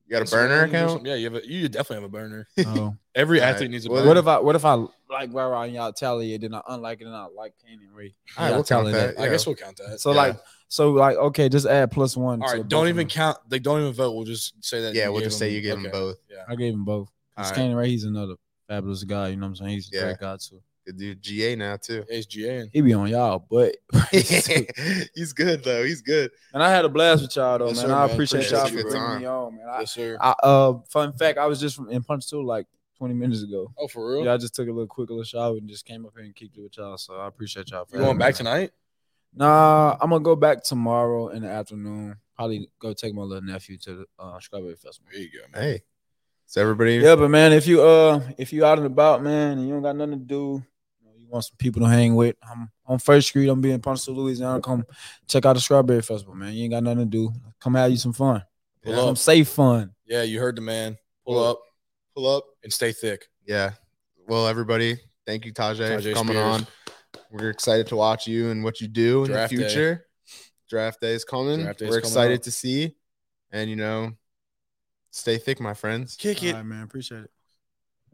you got a
Instagrams
burner
or
account?
something? Yeah, you have. A, you definitely have a burner.
No.
Every
All right.
athlete needs a
Well,
burner.
what if I? What if I like Ra Ra and y'all tally it? Then I unlike it and I like Canyon Ray.
All right,
Y'all
we'll count
tally
that.
I
yeah.
guess we'll count that.
So
Yeah.
like so like okay, just add plus one.
All
to
right,
both
don't
of
even
them.
count. They don't even vote. We'll just say that.
Yeah,
you
we'll
gave
just say you gave them both.
Yeah.
I gave him both.
All
Right.
right.
Canyon Ray, he's another fabulous guy. You know what I'm saying? He's a
Yeah.
great guy too.
Good dude, GA now too.
It's GA.
He be on y'all, but
he's good though. He's good.
And I had a blast with y'all though,
Yes,
man.
sir,
I
man.
appreciate
Appreciate
y'all
you.
for
Good
bringing
time.
me on, man. I,
Yes, sir.
I, uh, fun fact, I was just from in Punch Two like 20 minutes ago.
oh, for real?
Yeah, I just took a little quick little shower and just came up here and kicked it with y'all. So I appreciate y'all. For
You going
having me.
back tonight?
Nah, I'm gonna go back tomorrow in the afternoon. Probably go take my little nephew to the uh, Strawberry Festival.
There you go, man.
Hey, so everybody,
Yeah, but man, if you uh if you out and about, man, and you don't got nothing to do, you, know, you want some people to hang with. I'm on First Street. I'm being Ponce, Louisiana. Come check out the Strawberry Festival, man. You ain't got nothing to do. Come have you some fun.
Pull
Some
up.
safe fun.
Yeah, you heard the man. Pull
Pull
up
pull up.
and stay thick.
Yeah. Well, everybody, thank you, Tajay, for
Tajay
coming
Spears.
on. We're excited to watch you and what you do in
Draft
the
day.
future. Draft day is coming.
Draft day is
We're
coming
excited
up.
to see. And you know, stay thick, my friends.
Kick
man. Appreciate it.